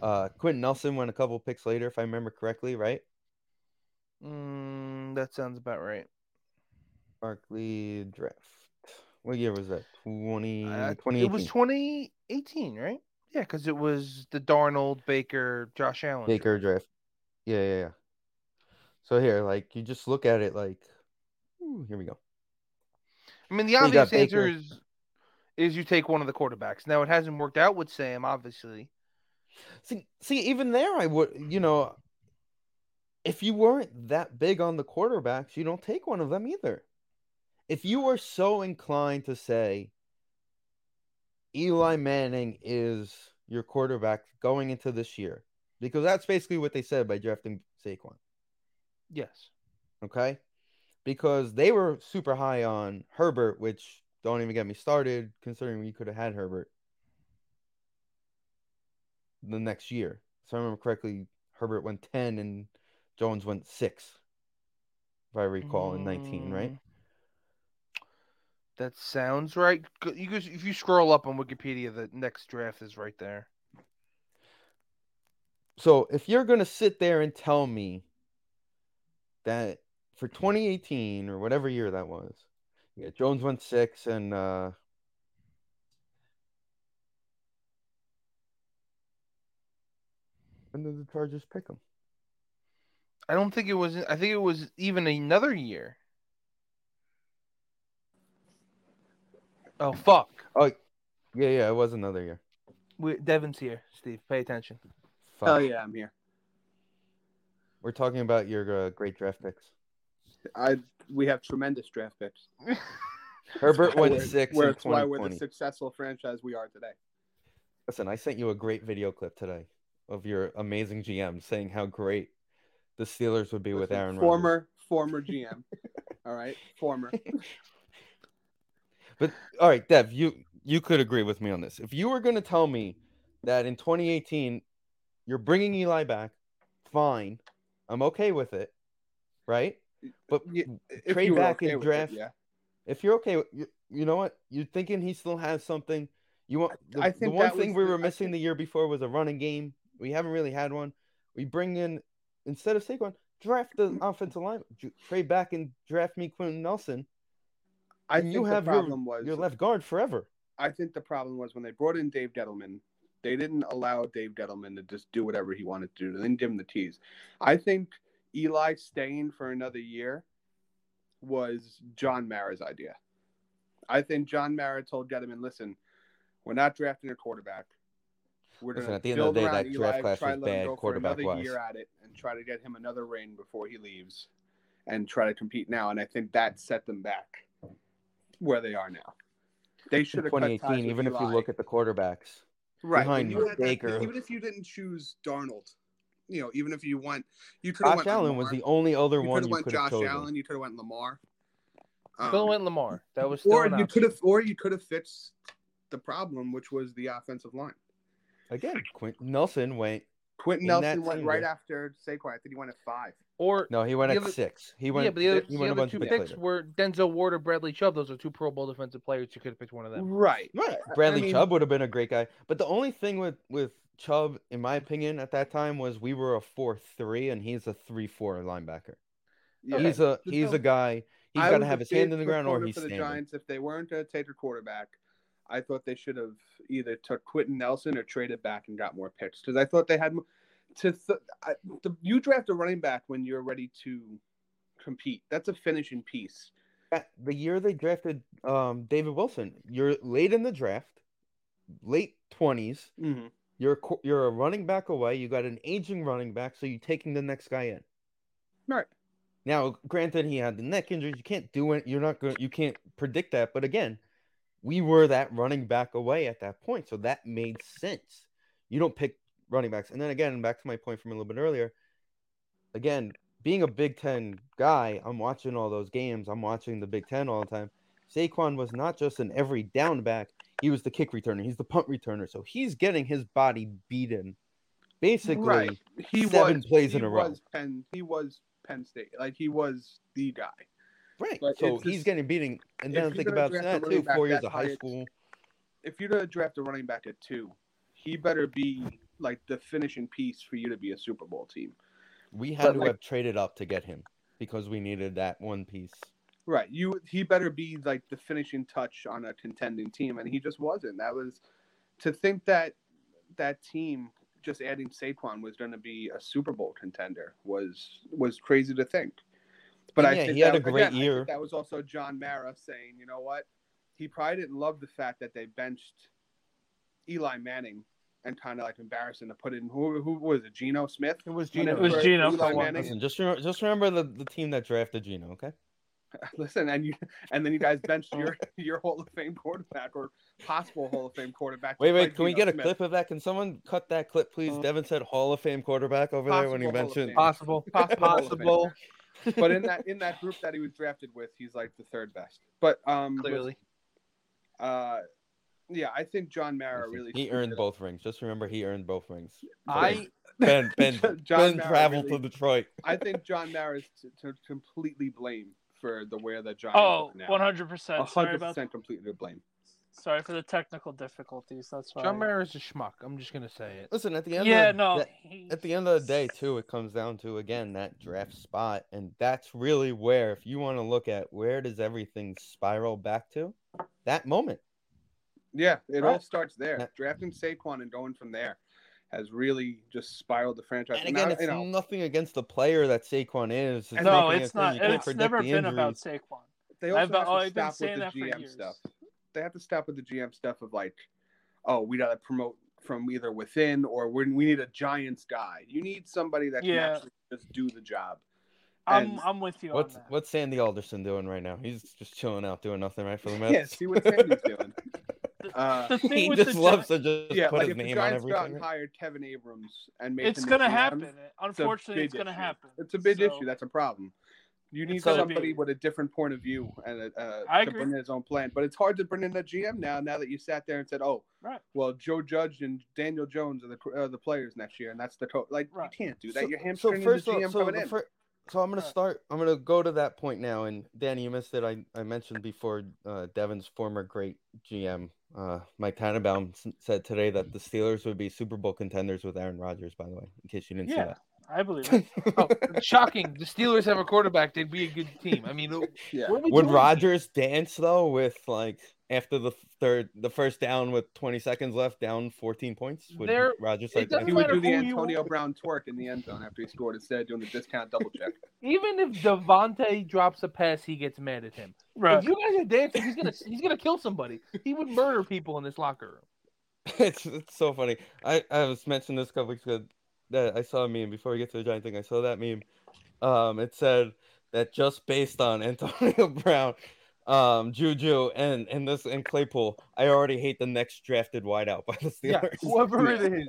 A: uh Quentin Nelson went a couple picks later, if I remember correctly, right?
B: mm, that sounds about right.
A: Barkley draft. What year was that? 20,
B: Uh, it
A: 2018.
B: was 2018, right? Yeah, cuz it was the Darnold, Baker, Josh Allen. draft.
A: Baker draft. Yeah, yeah, yeah. So here, like, you just look at it like, ooh, here we go.
B: I mean, the
A: Well, you got
B: obvious answer
A: Baker.
B: is is you take one of the quarterbacks. Now it hasn't worked out with Sam, obviously.
A: See, see, even there, I would, you know, if you weren't that big on the quarterbacks, you don't take one of them either. If you were so inclined to say Eli Manning is your quarterback going into this year, because that's basically what they said by drafting Saquon.
B: Yes.
A: okay? Because they were super high on Herbert, which don't even get me started, considering we could have had Herbert the next year. So I remember correctly, Herbert went 10 and Jones went 6, if I recall, in 19, right?
B: Mm, That sounds right. Go- You guys, if you scroll up on Wikipedia, the next draft is right there.
A: So if you're going to sit there and tell me that for 2018 or whatever year that was, yeah, Jones went six and uh, when did the Chargers pick him?
B: I don't think it was. I think it was even another year. Oh fuck!
A: Oh, yeah, yeah, it was another year.
B: We, Devin's here, Steve. Pay attention.
A: Fuck.
D: Oh yeah, I'm here.
A: We're talking about your uh, great draft
D: *laughs*
A: picks.
D: I we have tremendous draft picks.
A: Herbert went
D: Where-
A: six.
D: Where
A: in
D: it's why we're the
A: 2020.
D: successful franchise we are today.
A: Listen, I sent you a great video clip today of your amazing GM saying how great the Steelers would be with
D: Listen,
A: Aaron Rodgers.
D: former former GM. All right, former.
A: But all right, Dev, you you could agree with me on this. If you were going to tell me that in 2018 you're bringing Eli back, fine, I'm okay with it, right? *laughs* But
D: Yeah, If
A: Trade
D: you were
A: back and
D: with
A: draft.
D: It, yeah,
A: if you're okay, with, you, you know what? You're thinking he still has something. You want the,
D: I
A: the
D: think
A: one
D: that
A: thing
D: was
A: we
D: the-
A: were
D: I
A: missing
D: think-
A: the year before was a running game. We haven't really had one. We bring in instead of Saquon, draft the
D: Mm.
A: offensive line, trade back and draft me Quentin Nelson.
D: I
A: and
D: think
A: you
D: the
A: have your-
D: problem was
A: You're left guard forever.
D: I think the problem was when they brought in Dave Gettleman, they didn't allow Dave Gettleman to just do whatever he wanted to do. They didn't give him the keys. I think Eli staying for another year was John Mara's idea. I think John Mara told Gettleman, "Listen, we're not drafting a quarterback. We're
A: Listen,
D: gonna
A: at the end of
D: build
A: the day,
D: around
A: that
D: Eli,
A: draft class
D: try
A: was
D: to let him
A: bad
D: go for
A: quarterback
D: another
A: wise.
D: year at it, and try to get him another ring before he leaves, and try to compete now. And I think that set them back where they are now. They should have cut ties
A: 2018,
D: with
A: even if you
D: Eli.
A: look at the quarterbacks.
D: right
A: behind
D: when you had that-
A: Baker.
D: even if you didn't choose Darnold, you know, even if you want, you could have
A: Josh
D: went
A: Allen was
D: Lamar.
A: the only other
D: you
A: one
D: could have
A: you
D: went
A: could have
D: Josh
A: chosen.
D: Allen. You could have went Lamar. Um,
B: Still went Lamar. That was still
D: or
B: an
D: you
B: option.
D: could have, or you could have fixed the problem, which was the offensive line.
A: Again, Quint- Nelson went.
D: Quentin
A: In
D: Nelson
A: that
D: went
A: team,
D: right
A: yeah.
D: after Saquon. I think he went at five.
B: or
A: No, he went
B: The
A: at
B: other-
A: six. He went.
B: yeah, but the other,
A: he
B: the
A: went a
B: other
A: bunch
B: two
A: of
B: picks
A: picks later.
B: were Denzel Ward or Bradley Chubb. Those are two Pro Bowl defensive players. You could have picked one of them.
D: Right.
A: Right. Bradley
D: mean-
A: Chubb would have been a great guy. But the only thing with with Chubb, in my opinion, at that time was we were a four three and he's a three four linebacker.
D: Yeah.
A: He's a
D: The
A: he's a
D: Chubb-
A: guy. He's
D: I
A: got to
D: was a
A: have his
D: big
A: hand in the ground or
D: proponent
A: he's
D: for the
A: standing.
D: Giants. If they weren't going to take a quarterback, I thought they should have either took Quentin Nelson or traded back and got more picks because I thought they had m- to. Th- I, the, you draft a running back when you're ready to compete. That's a finishing piece.
A: That- The year they drafted um, David Wilson, you're late in the draft, late twenties.
D: Mm-hmm.
A: You're a qu- you're a running back away. You got an aging running back, so you're taking the next guy in.
D: Right.
A: Now, granted, he had the neck injuries. You can't do it. You're not going. You can't predict that. But again, we were that running back away at that point, so that made sense. You don't pick running backs, and then again, back to my point from a little bit earlier. Again, being a Big Ten guy, I'm watching all those games. I'm watching the Big Ten all the time. Saquon was not just an every down back. He was the kick returner. He's the punt returner. So he's getting his body beaten, basically.
D: Right. He
A: Seven
D: was
A: plays
D: he
A: in a row.
D: was Penn, he was Penn State. Like he was the guy.
A: Right.
D: But
A: so
D: it's just-
A: he's getting beating, and
D: if
A: then
D: you're
A: think
D: gonna
A: about
D: draft a
A: that
D: running
A: too.
D: back
A: Four years
D: that
A: of
D: high,
A: high
D: it's-
A: school.
D: If you're going to draft a running back at two, he better be like the finishing piece for you to be a Super Bowl team.
A: We
D: but
A: had to
D: like-
A: have traded up to get him because we needed that one piece.
D: Right. You he better be like the finishing touch on a contending team and he just wasn't. That was to think that that team just adding Saquon was going to be a Super Bowl contender was was crazy to think. But I
A: Yeah,
D: think
A: he had
D: that-
A: a great
D: I think
A: year.
D: that was also John Mara saying, you know what? He probably didn't love the fact that they benched Eli Manning and kind of like embarrassed him to put in who who was it? Geno Smith.
B: It was
D: When
B: Geno.
C: It was
D: first
C: Geno.
D: Eli
C: Come on,
D: Manning-
A: Listen, just remember, just remember the, the team that drafted Gino. Okay.
D: Listen, and you and then you guys benched your your Hall of Fame quarterback or possible Hall of Fame quarterback.
A: Wait,
D: to
A: wait.
D: fight
A: Can we
D: Geno
A: get a
D: Smith. Uh,
A: clip of that? Can someone cut that clip, please? Devin said Hall of Fame quarterback over there when he
D: Possible Hall of
A: mentioned.
B: *laughs*
D: Fame.
B: Possible.
D: Possible.
B: Possible.
A: *laughs*
D: But in that in that group that he was drafted with, he's like the third best. But um,
B: Clearly.
D: uh, yeah, I think John
A: *laughs*
D: Mara
A: Listen,
D: really
A: he earned both rings. Just remember, he earned both
D: *laughs*
A: rings.
B: I
A: Ben Ben
D: John
A: Ben
D: Mara
A: traveled
D: really-
A: to Detroit.
D: I think John Mara is to, to completely blame for the way that John.
C: Oh, 100%. Sorry
D: hundred
C: about
D: percent completely to blame.
C: Sorry for the technical difficulties. That's why.
B: John Mara is a schmuck. I'm just gonna say it.
A: Listen, at the end.
C: Yeah,
A: of,
C: no.
A: that-
C: he-
A: at the end of the day too it comes down to again that draft spot and that's really where if you want to look at where does everything spiral back to that moment
D: Yeah, it all starts there.
A: That-
D: Drafting Saquon and going from there has really just spiraled the franchise.
A: and
D: And I-
A: again it's
D: you know,
A: nothing against the player that Saquon is
D: And
C: no,
A: nothing against
C: it's
A: him.
C: not.
A: You can't
C: It's
A: predict
C: never
A: the
C: been about
A: injuries.
C: Saquon.
D: they
C: I've
D: also
C: been- oh,
D: have to
C: I've been
D: stop with
C: saying
D: the
C: that for
D: GM
C: years.
D: stuff. They have to stop with the GM stuff of like, oh, we gotta promote from either within or we we need a Giants guy. You need somebody that
C: Yeah.
D: can actually just do the job.
C: I'm
D: And
C: I'm with you
A: what's
C: on that.
A: what's Sandy Alderson doing right now he's just chilling out doing nothing right for the
D: *laughs* Yeah,
A: Mets
D: see
A: *laughs*
D: what Sandy's doing. Uh,
C: the thing
A: he
C: with
A: just
C: the
A: loves
C: Giants-
A: to just
D: yeah,
A: put
D: like
A: his
D: if the
A: name on
D: Giants got and
A: everything
D: hired Kevin Abrams and made
C: It's
D: him the
C: gonna
D: GM,
C: happen.
D: it's a
C: Unfortunately, it's
D: big
C: gonna
D: issue.
C: happen.
D: It's a big
C: So,
D: issue. That's a problem. You need
C: It's gonna
D: somebody
C: be-
D: with a different point of view and a, uh,
C: I
D: to
C: agree.
D: bring in his own plan. But it's hard to bring in a GM now. Now that you sat there and said, "Oh,
C: Right.
D: well, Joe Judge and Daniel Jones are the uh, the players next year, and that's the coach." Like
C: Right.
D: you can't do that. You're
A: so
D: hamstringing
A: first
D: the
A: of all-
D: GM
A: so
D: coming
A: the
D: in. Uh.
A: fir- so I'm gonna
C: Right.
A: start. I'm gonna go to that point now. And Danny, you missed it. I, I mentioned before. Uh, Devin's former great GM, uh, Mike Tannenbaum, s- said today that the Steelers would be Super Bowl contenders with Aaron Rodgers. By the way, in case you didn't
C: Yeah. I believe
A: *laughs* see
C: it. *laughs*
A: that.
B: Oh, shocking. The Steelers have a quarterback. They'd be a good team. I mean,
D: Yeah.
B: what are we
A: would
B: doing?
A: Rodgers dance though with like after the third, the first down with 20 seconds left, down 14 points. Would
C: There-
A: Rogers
C: it
A: like
C: doesn't
A: that?
D: He would
C: matter
D: do the
C: who you
D: Antonio
C: are.
D: Brown twerk in the end zone after he scored instead of doing the discount double
A: *laughs*
D: check.
B: Even if Devontae drops a pass, he gets mad at him.
C: Right.
B: If you guys are dancing, he's gonna he's gonna kill somebody. He would murder people in this locker room.
A: *laughs* it's, it's so funny. I, I was mentioned this a couple weeks ago that I saw a meme before we get to the giant thing. I saw that meme. Um, it said that just based on *laughs* Antonio Brown, um, Juju, and and this and Claypool, I already hate the next drafted wideout by the
B: Yeah,
A: Steelers. *laughs*
B: whoever it is.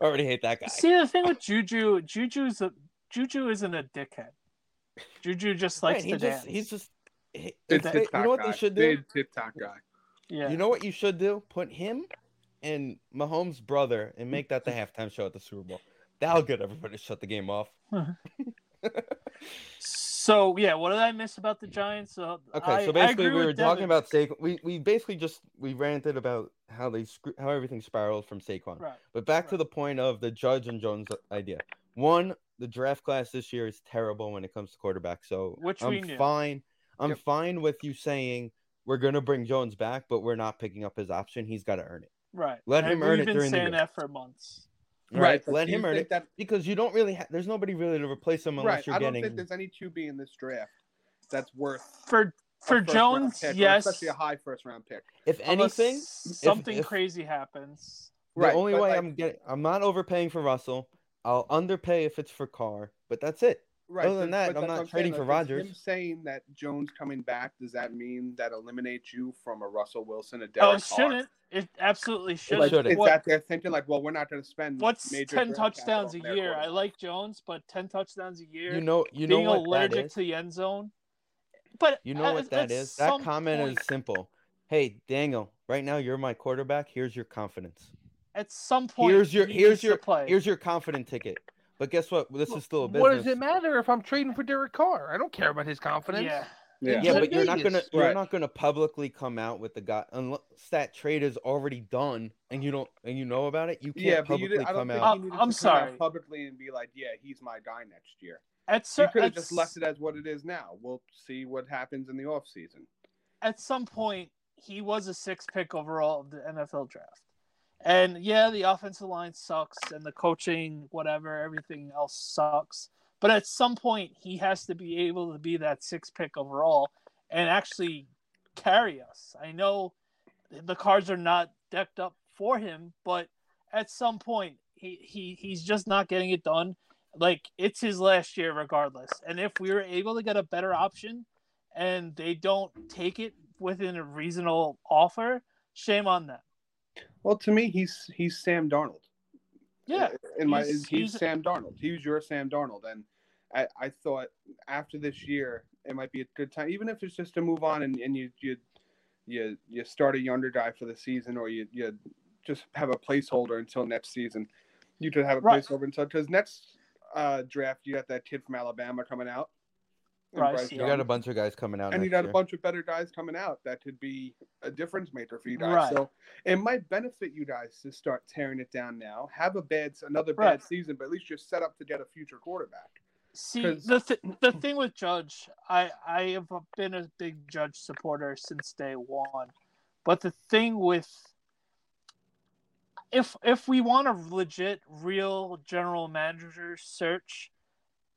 A: I already hate that guy.
C: See the thing with Juju, Juju's a Juju isn't a dickhead. Juju just
A: Right,
C: likes
A: he
C: to
A: just,
C: dance.
A: He's just. he-
D: It's
A: they-
D: TikTok
A: you know what
D: guy.
A: they should do?
D: Big TikTok guy.
C: yeah.
A: You know what you should do? Put him and Mahomes' brother and make that the halftime show at the Super Bowl. That'll get everybody to shut the game off.
C: so yeah, what did I miss about the Giants? Uh,
A: Okay,
C: I- I
A: so basically
C: agree
A: we
C: with
A: were talking
C: Devin.
A: about Saquon. We we basically just we ranted about how they screw- how everything spiraled from Saquon.
C: Right.
A: But back to
C: Right.
A: the point of the Judge and Jones idea. One, the draft class this year is terrible when it comes to quarterback. So
C: Which
A: I'm
C: we knew.
A: fine. I'm
D: Yep.
A: fine with you saying we're gonna bring Jones back, but we're not picking up his option. He's got to earn it
C: Right.
A: Let
C: And
A: him earn
C: we've
A: it
C: been
A: during the
C: saying
A: year.
C: that for months.
A: All right,
D: but
A: Let
D: do you
A: him earn
D: think
A: it
D: That,
A: because you don't really. Ha- there's nobody really to replace him unless
D: right.
A: you're
D: I don't
A: getting.
D: think there's any QB in this draft that's worth
C: For
D: a
C: for
D: first round
C: Jones,
D: pick, or
C: yes.
D: especially a high first round pick.
A: if
C: unless
A: anything,
C: something
A: if-
C: crazy happens.
A: The only
D: but,
A: way
D: like-
A: I'm getting, I'm not overpaying for Russell. I'll underpay if it's for Carr, but that's it.
D: Right.
A: Other than that,
D: but
A: I'm
D: that's
A: not
D: what
A: trading
D: saying,
A: for
D: like, is
A: Rodgers.
D: Him saying that Jones coming back does that mean that eliminates you from a Russell Wilson, a
C: Oh,
D: Derek
C: it shouldn't. It absolutely
A: Like,
C: shouldn't.
A: shouldn't.
D: It's
C: What-
D: that they're thinking like, well, we're not going to spend
C: what's
D: major
C: ten
D: draft
C: touchdowns a
D: capital on their
C: year? I
D: quarterback.
C: like Jones, but ten touchdowns a year.
A: You know, you know
C: being
A: what that
C: allergic
A: is.
C: to the end zone. But
A: you know
C: at-
A: what that
C: at
A: is. That
C: some
A: comment
C: point-
A: is simple. Hey, Daniel, right now you're my quarterback. Here's your confidence.
C: at some point.
A: here's your-
C: he
A: here's
C: needs to
A: your-
C: play.
A: Here's your confident ticket. But guess what? This is still a business.
B: What does it matter if I'm trading for Derek Carr? I don't care about his confidence.
C: yeah.
D: Yeah.
A: Yeah,
B: It's
A: but you're not gonna
B: Vegas.
A: you're
D: Right.
A: not gonna publicly come out with the guy unless that trade is already done and you don't and you know about it. You can't
D: Yeah, but
A: publicly
D: you did, I don't
A: come
D: think
A: out.
C: Uh,
D: he needed to
C: I'm
D: come out
C: sorry.
D: publicly and be like, yeah, he's my guy next year.
C: At
D: You
C: cer-
D: could have
C: at
D: just
C: s-
D: left it as what it is now. We'll see what happens in the offseason.
C: at some point he was a six pick overall of the NFL draft. And yeah, the offensive line sucks and the coaching, whatever, everything else sucks. But at some point he has to be able to be that six pick overall and actually carry us. I know the cards are not decked up for him, but at some point he, he he's just not getting it done. Like it's his last year regardless. And if we were able to get a better option, and they don't take it within a reasonable offer, shame on them.
D: Well, to me, he's he's Sam Darnold.
C: Yeah.
D: Uh, in my
C: he's-
D: he's,
C: he's-
D: Sam Darnold. He was your Sam Darnold, and I, I thought after this year it might be a good time, even if it's just to move on and, and you you you you start a younger guy for the season, or you you just have a placeholder until next season. You could have a
C: Right.
D: placeholder until because next uh, draft you got that kid from Alabama coming out, and
C: Right,
D: Bryce
C: yeah.
A: You got a
D: Young.
A: bunch of guys coming out.
D: Oh, and you
A: next
D: got
A: year.
D: a bunch of better guys coming out that could be a difference maker for you guys.
C: Right.
D: So it might benefit you guys to start tearing it down now. Have a bad another bad
C: Right.
D: season, but at least you're set up to get a future quarterback.
C: See
D: 'Cause-
C: the th- the thing with Judge, I I have been a big Judge supporter since day one, but the thing with if if we want a legit, real general manager search,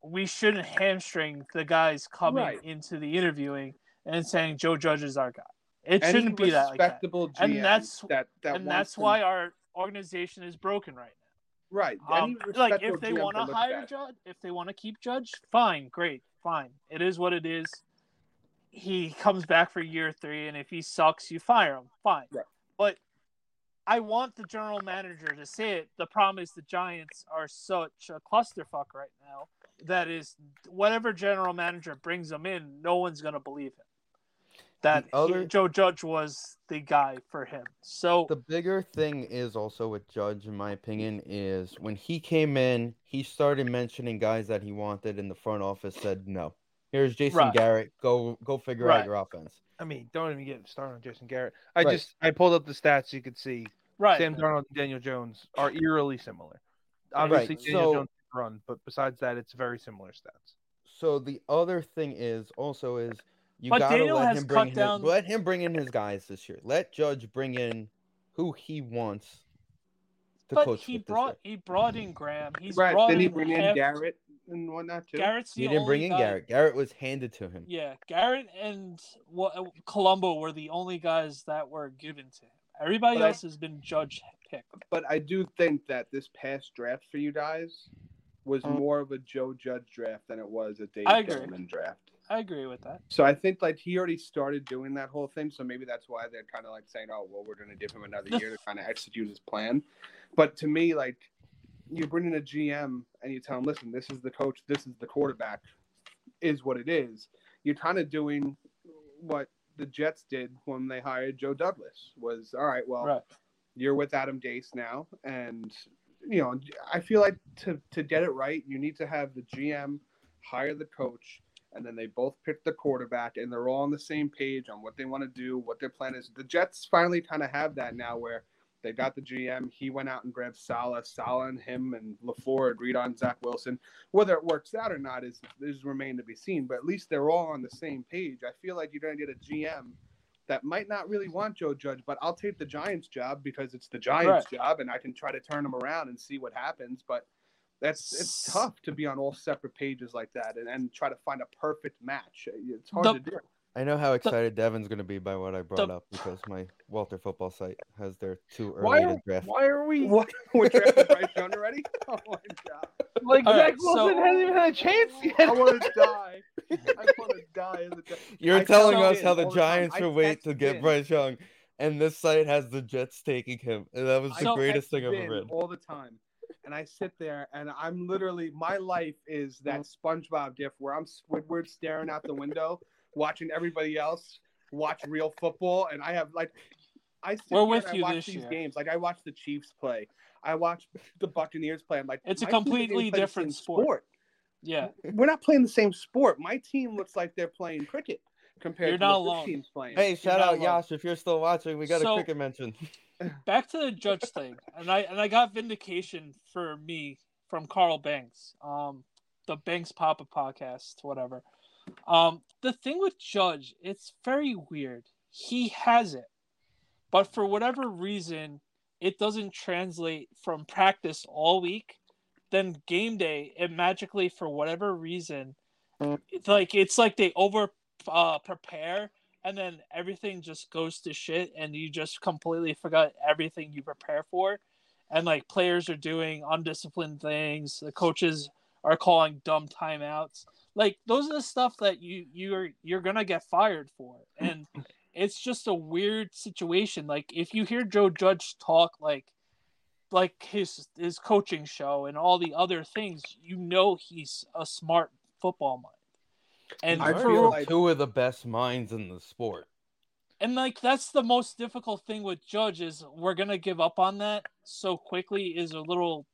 C: we shouldn't hamstring the guys coming
D: Right.
C: into the interviewing and saying Joe Judge is our guy. It
D: Any
C: shouldn't be that like that.
D: respectable
C: And
D: GM
C: that's-
D: that, that
C: and
D: wants
C: that's
D: to-
C: why our organization is broken right now.
D: right.
C: Um,
D: Any
C: like
D: respectable
C: if they
D: GM
C: want to
D: looks
C: hire
D: at it.
C: Judge, if they want to keep Judge, fine, great, fine. It is what it is. He comes back for year three, and if he sucks, you fire him. Fine.
D: Right.
C: But I want the general manager to say it. The problem is the Giants are such a clusterfuck right now that is whatever general manager brings them in, no one's gonna believe him. That he-
A: other-
C: Joe Judge was the guy for him. So
A: the bigger thing is also with Judge, in my opinion, is when he came in, he started mentioning guys that he wanted, and the front office said no. Here's Jason
C: Right.
A: Garrett. Go go figure
C: Right.
A: out your offense.
B: I mean, don't even get me started on Jason Garrett. I
A: Right.
B: just I pulled up the stats you could see.
C: right,
B: Sam Darnold and Daniel Jones are eerily similar. Obviously,
A: Right,
B: Daniel
A: so-
B: Jones can run, but besides that, it's very similar stats.
A: So the other thing is also is You
C: But
A: gotta
C: Daniel
A: let
C: has
A: him bring
C: cut
A: his,
C: down-
A: let him bring in his guys this year. Let Judge bring in who he wants to
C: But
A: coach.
C: he
A: with this
C: brought
A: year.
C: he brought in Graham. He's
D: right.
C: brought
D: Then he
C: in
D: bring in
C: half-
D: Garrett and whatnot too.
C: Garrett's the
A: He didn't bring
C: only
A: in
C: guy-
A: Garrett. Garrett was handed to him.
C: Yeah, Garrett and what uh, Colombo were the only guys that were given to him. Everybody
D: But I-
C: else has been judge picked.
D: But I do think that this past draft for you guys was
C: Mm.
D: more of a Joe Judge draft than it was a Dave
C: I agree.
D: Gettleman draft.
C: I agree with that.
D: So I think like he already started doing that whole thing. So maybe that's why they're kind of like saying, "Oh, well, we're going to give him another year to kind of execute his plan." But to me, like you bring in a GM and you tell him, "Listen, this is the coach. This is the quarterback. Is what it is." You're kind of doing what the Jets did when they hired Joe Douglas. Was all right. Well,
C: Right.
D: you're with Adam Gase now, and you know I feel like to to get it right, you need to have the GM hire the coach, and then they both pick the quarterback, and they're all on the same page on what they want to do, what their plan is. The Jets finally kind of have that now, where they got the GM, he went out and grabbed Salah, Salah and him and Lafleur agreed on Zach Wilson. Whether it works out or not is is remain to be seen, but at least they're all on the same page. I feel like you're going to get a GM that might not really want Joe Judge, but I'll take the Giants job because it's the Giants job and I can try to turn them around and see what happens. But that's it's tough to be on all separate pages like that and, and try to find a perfect match. It's hard
C: The-
D: to do. *laughs*
A: I know how excited Devin's going to be by what I brought up because my Walter football site has their too
B: Why
A: early
B: are,
A: to draft.
B: *laughs* why are we
D: What we're drafting Bryce Young already? *laughs* Oh my god.
B: like
C: All
B: Zach
C: right, so-
B: Wilson hasn't even had a chance
D: I
B: yet?
D: want to die. I want to die. As a Gi-
A: *laughs* You're
D: I
A: telling
D: text
A: us
D: in
A: how the
D: all the time.
A: Giants
D: I
A: were wait to
D: text
A: get
D: in.
A: Bryce Young, and this site has the Jets taking him, and that was
D: I
A: the
C: So-
A: greatest
D: text
A: thing I've
D: Ben
A: ever read.
D: All the time. And I sit there and I'm literally, my life is that SpongeBob diff where I'm Squidward staring out the window, watching everybody else watch real football. And I have like, I sit
C: We're
D: here
C: with
D: and I
C: you
D: watch
C: this
D: these
C: year.
D: games. Like I watch the Chiefs play. I watch the Buccaneers play. I'm like,
C: It's a
D: my team didn't
C: completely
D: even play the
C: different
D: same
C: sport. Yeah,
D: We're not playing the same sport. My team looks like they're playing cricket compared
C: You're
D: to
C: not
D: what
C: alone.
D: this team's playing.
A: Hey, shout
C: not
A: out
C: alone.
A: Yash if you're still watching. We got
C: So-
A: a cricket
D: *laughs*
A: mention.
C: back to the judge thing, and I and I got vindication for me from Carl Banks, um, the Banks Papa podcast, whatever. Um, the thing with Judge, it's very weird. He has it, but for whatever reason, it doesn't translate from practice all week. Then game day, it magically, for whatever reason, it's like it's like they over uh, prepare and then everything just goes to shit and you just completely forgot everything you prepare for and like players are doing undisciplined things the coaches are calling dumb timeouts like those are the stuff that you you're you're gonna get fired for and it's just a weird situation like if you hear joe judge talk like like his his coaching show and all the other things you know he's a smart football mind and
D: I
C: for,
D: feel like-
A: two of the best minds in the sport.
C: and like that's the most difficult thing with Judge is we're gonna give up on that so quickly is a little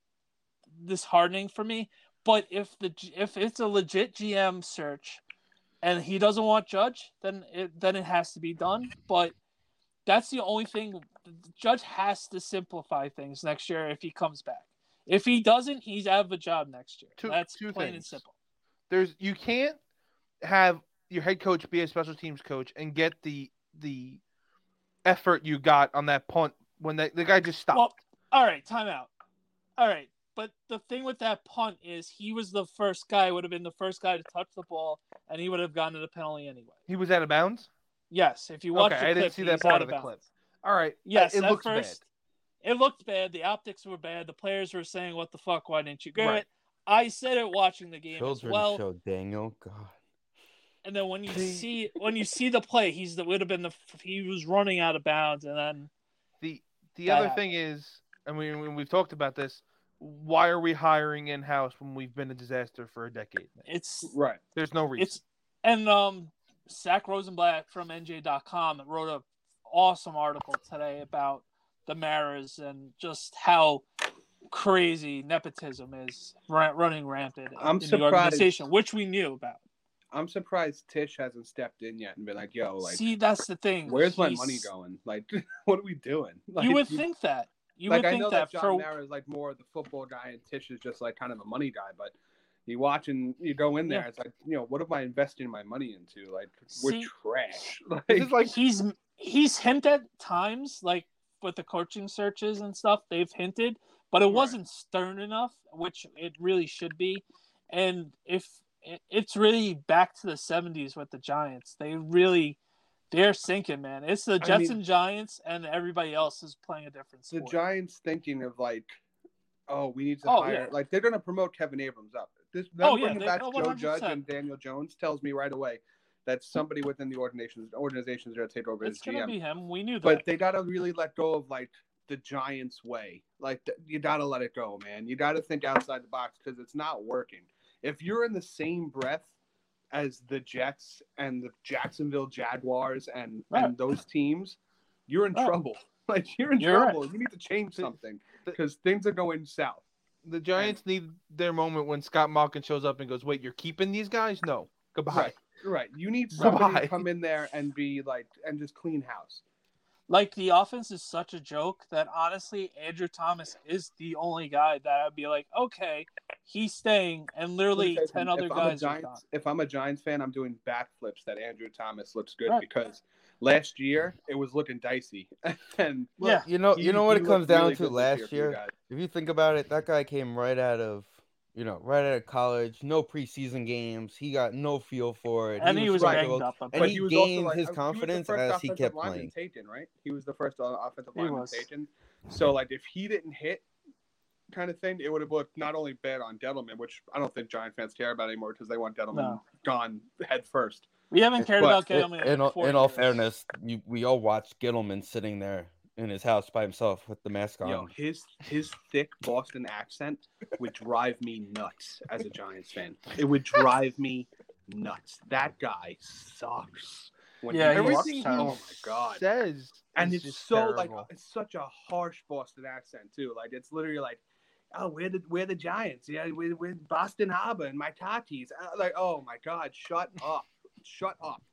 C: disheartening for me. But if the G- if it's a legit GM search, and he doesn't want Judge, then it then it has to be done. But that's the only thing Judge has to simplify things next year if he comes back. If he doesn't, he's out of a job next year.
B: Two-
C: that's
B: two
C: plain and
B: things.
C: simple.
B: *laughs* There's you can't have your head coach be a special teams coach and get the the effort you got on that punt when that the guy just stopped.
C: Well, all right, timeout. All right, but the thing with that punt is he was the first guy, would have been the first guy to touch the ball, and he would have gotten to the penalty anyway.
B: he was out of bounds.
C: Yes, if you watch
B: Okay,
C: the
B: I didn't
C: clip,
B: see that
C: he's
B: part
C: out
B: of the
C: bounds.
B: All right.
C: Yes,
B: it
C: at
B: looks
C: first, It looked bad. The optics were bad. The players were saying, "What the fuck? Why didn't you get
B: Right.
C: it?" I said it watching the game
A: Children's
C: as well.
A: show, Daniel. God.
C: And then when you
B: See-
C: see when you see the play, he's the would have been the he was running out of bounds, and then
B: The the
C: That
B: other
C: happened.
B: thing is, I mean, when we've talked about this, why are we hiring in house when we've been a disaster for a decade? now?
C: it's
D: Right.
B: There's no reason.
C: It's and um Zach Rosenblatt from NJ.com wrote a awesome article today about the Maras and just how crazy nepotism is ra- running rampant
D: I'm
C: in the
D: surprised.
C: organization, which we knew about.
D: I'm surprised Tish hasn't stepped in yet and been like, yo, like,
C: See, that's the thing.
D: Where's my
C: He's-
D: money going? *laughs* Like, what are we doing? *laughs* Like,
C: you would think that. You
D: like
C: would
D: I know
C: think that,
D: that, John
C: for
D: Mara is like more of the football guy, and Tish is just like kind of a money guy. But You watch and you go in there.
C: Yeah.
D: It's like, you know, what am I investing my money into? Like,
C: See-
D: we're *laughs* trash. Like,
B: This is like
C: he's he's hinted at times, like with the coaching searches and stuff, they've hinted, but it
D: Right.
C: wasn't stern enough, which it really should be. And if it- it's really back to the '70s with the Giants, they really they're sinking, man. It's the Jets
D: mean-
C: and Giants, and everybody else is playing a different
D: the
C: sport.
D: Giants thinking of like, oh, we need to
C: Oh,
D: hire.
C: yeah.
D: Like they're going to promote Kevin Abrams up. This them
C: Oh, yeah,
D: bringing
C: they-
D: back
C: oh,
D: Joe Judge
C: 100%.
D: and Daniel Jones tells me right away that somebody within the organizations organizations are going to take over
C: it's
D: as
C: gonna
D: GM.
C: be him. We *laughs* knew that.
D: but they got to really let go of like the Giants way. Like th- you got to let it go, man. You got to think outside the box because it's not working. If you're in the same breath as the Jets and the Jacksonville Jaguars and
C: Right.
D: and those teams, you're in
C: Right.
D: trouble. *laughs* Like you're in
C: You're right.
D: trouble. You need to change something because things are going south.
B: the Giants need their moment when Scott Malkin shows up and goes, "Wait, you're keeping these guys? No, goodbye."
D: Right. Right. You need somebody
B: Right.
D: to come in there and be like and just clean house.
C: like the offense is such a joke that honestly Andrew Thomas is the only guy that I'd be like, okay, he's staying, and literally
D: Let me tell
C: ten
D: you something,
C: other guys
D: I'm a
C: are gone.
D: Giants, If I'm a Giants fan, I'm doing backflips that Andrew Thomas looks good
C: Right.
D: because last year it was looking dicey. *laughs* and
C: Yeah.
A: you know,
D: he-
A: you know what
D: he
A: it comes
D: looked really
A: down
D: good
A: to
D: this
A: last
D: for you
A: year.
D: guys.
A: If you think about it, that guy came right out of, you know, right out of college. No preseason games. He got no feel for it.
C: And he was
D: right.
C: banged
A: struggling.
C: up.
A: And
D: But
A: he
D: he was
A: gained his
D: also like, I- he was the
A: confidence
D: first
A: as he
D: offensive
A: kept
D: lineman
A: playing.
D: Taken, right? He was the first uh, offensive
C: He
D: lineman
C: was.
D: taken. So like if he didn't hit kind of thing, it would have looked not only bad on Devilman, which I don't think Giant fans care about anymore because they want Devilman
C: No.
D: gone head first.
C: We haven't cared about
A: But
C: Gettleman
A: in, in, all,
C: four
A: in all
C: years.
A: fairness, you, we all watched Gittleman sitting there in his house by himself with the mask on.
D: Yo, his his thick Boston accent would drive me nuts as a Giants fan. It would drive me nuts. That guy sucks. When
C: Yeah, he
D: talks,
B: Everything he
D: oh my god!
B: says,
D: And
B: is
D: it's
B: just
D: so like
B: terrible.
D: it's such a harsh Boston accent too. Like it's literally like, oh, we're the we're the Giants. Yeah, we're, we're Boston Harbor and my Tatis. Uh, Like, oh my god, shut up, shut up.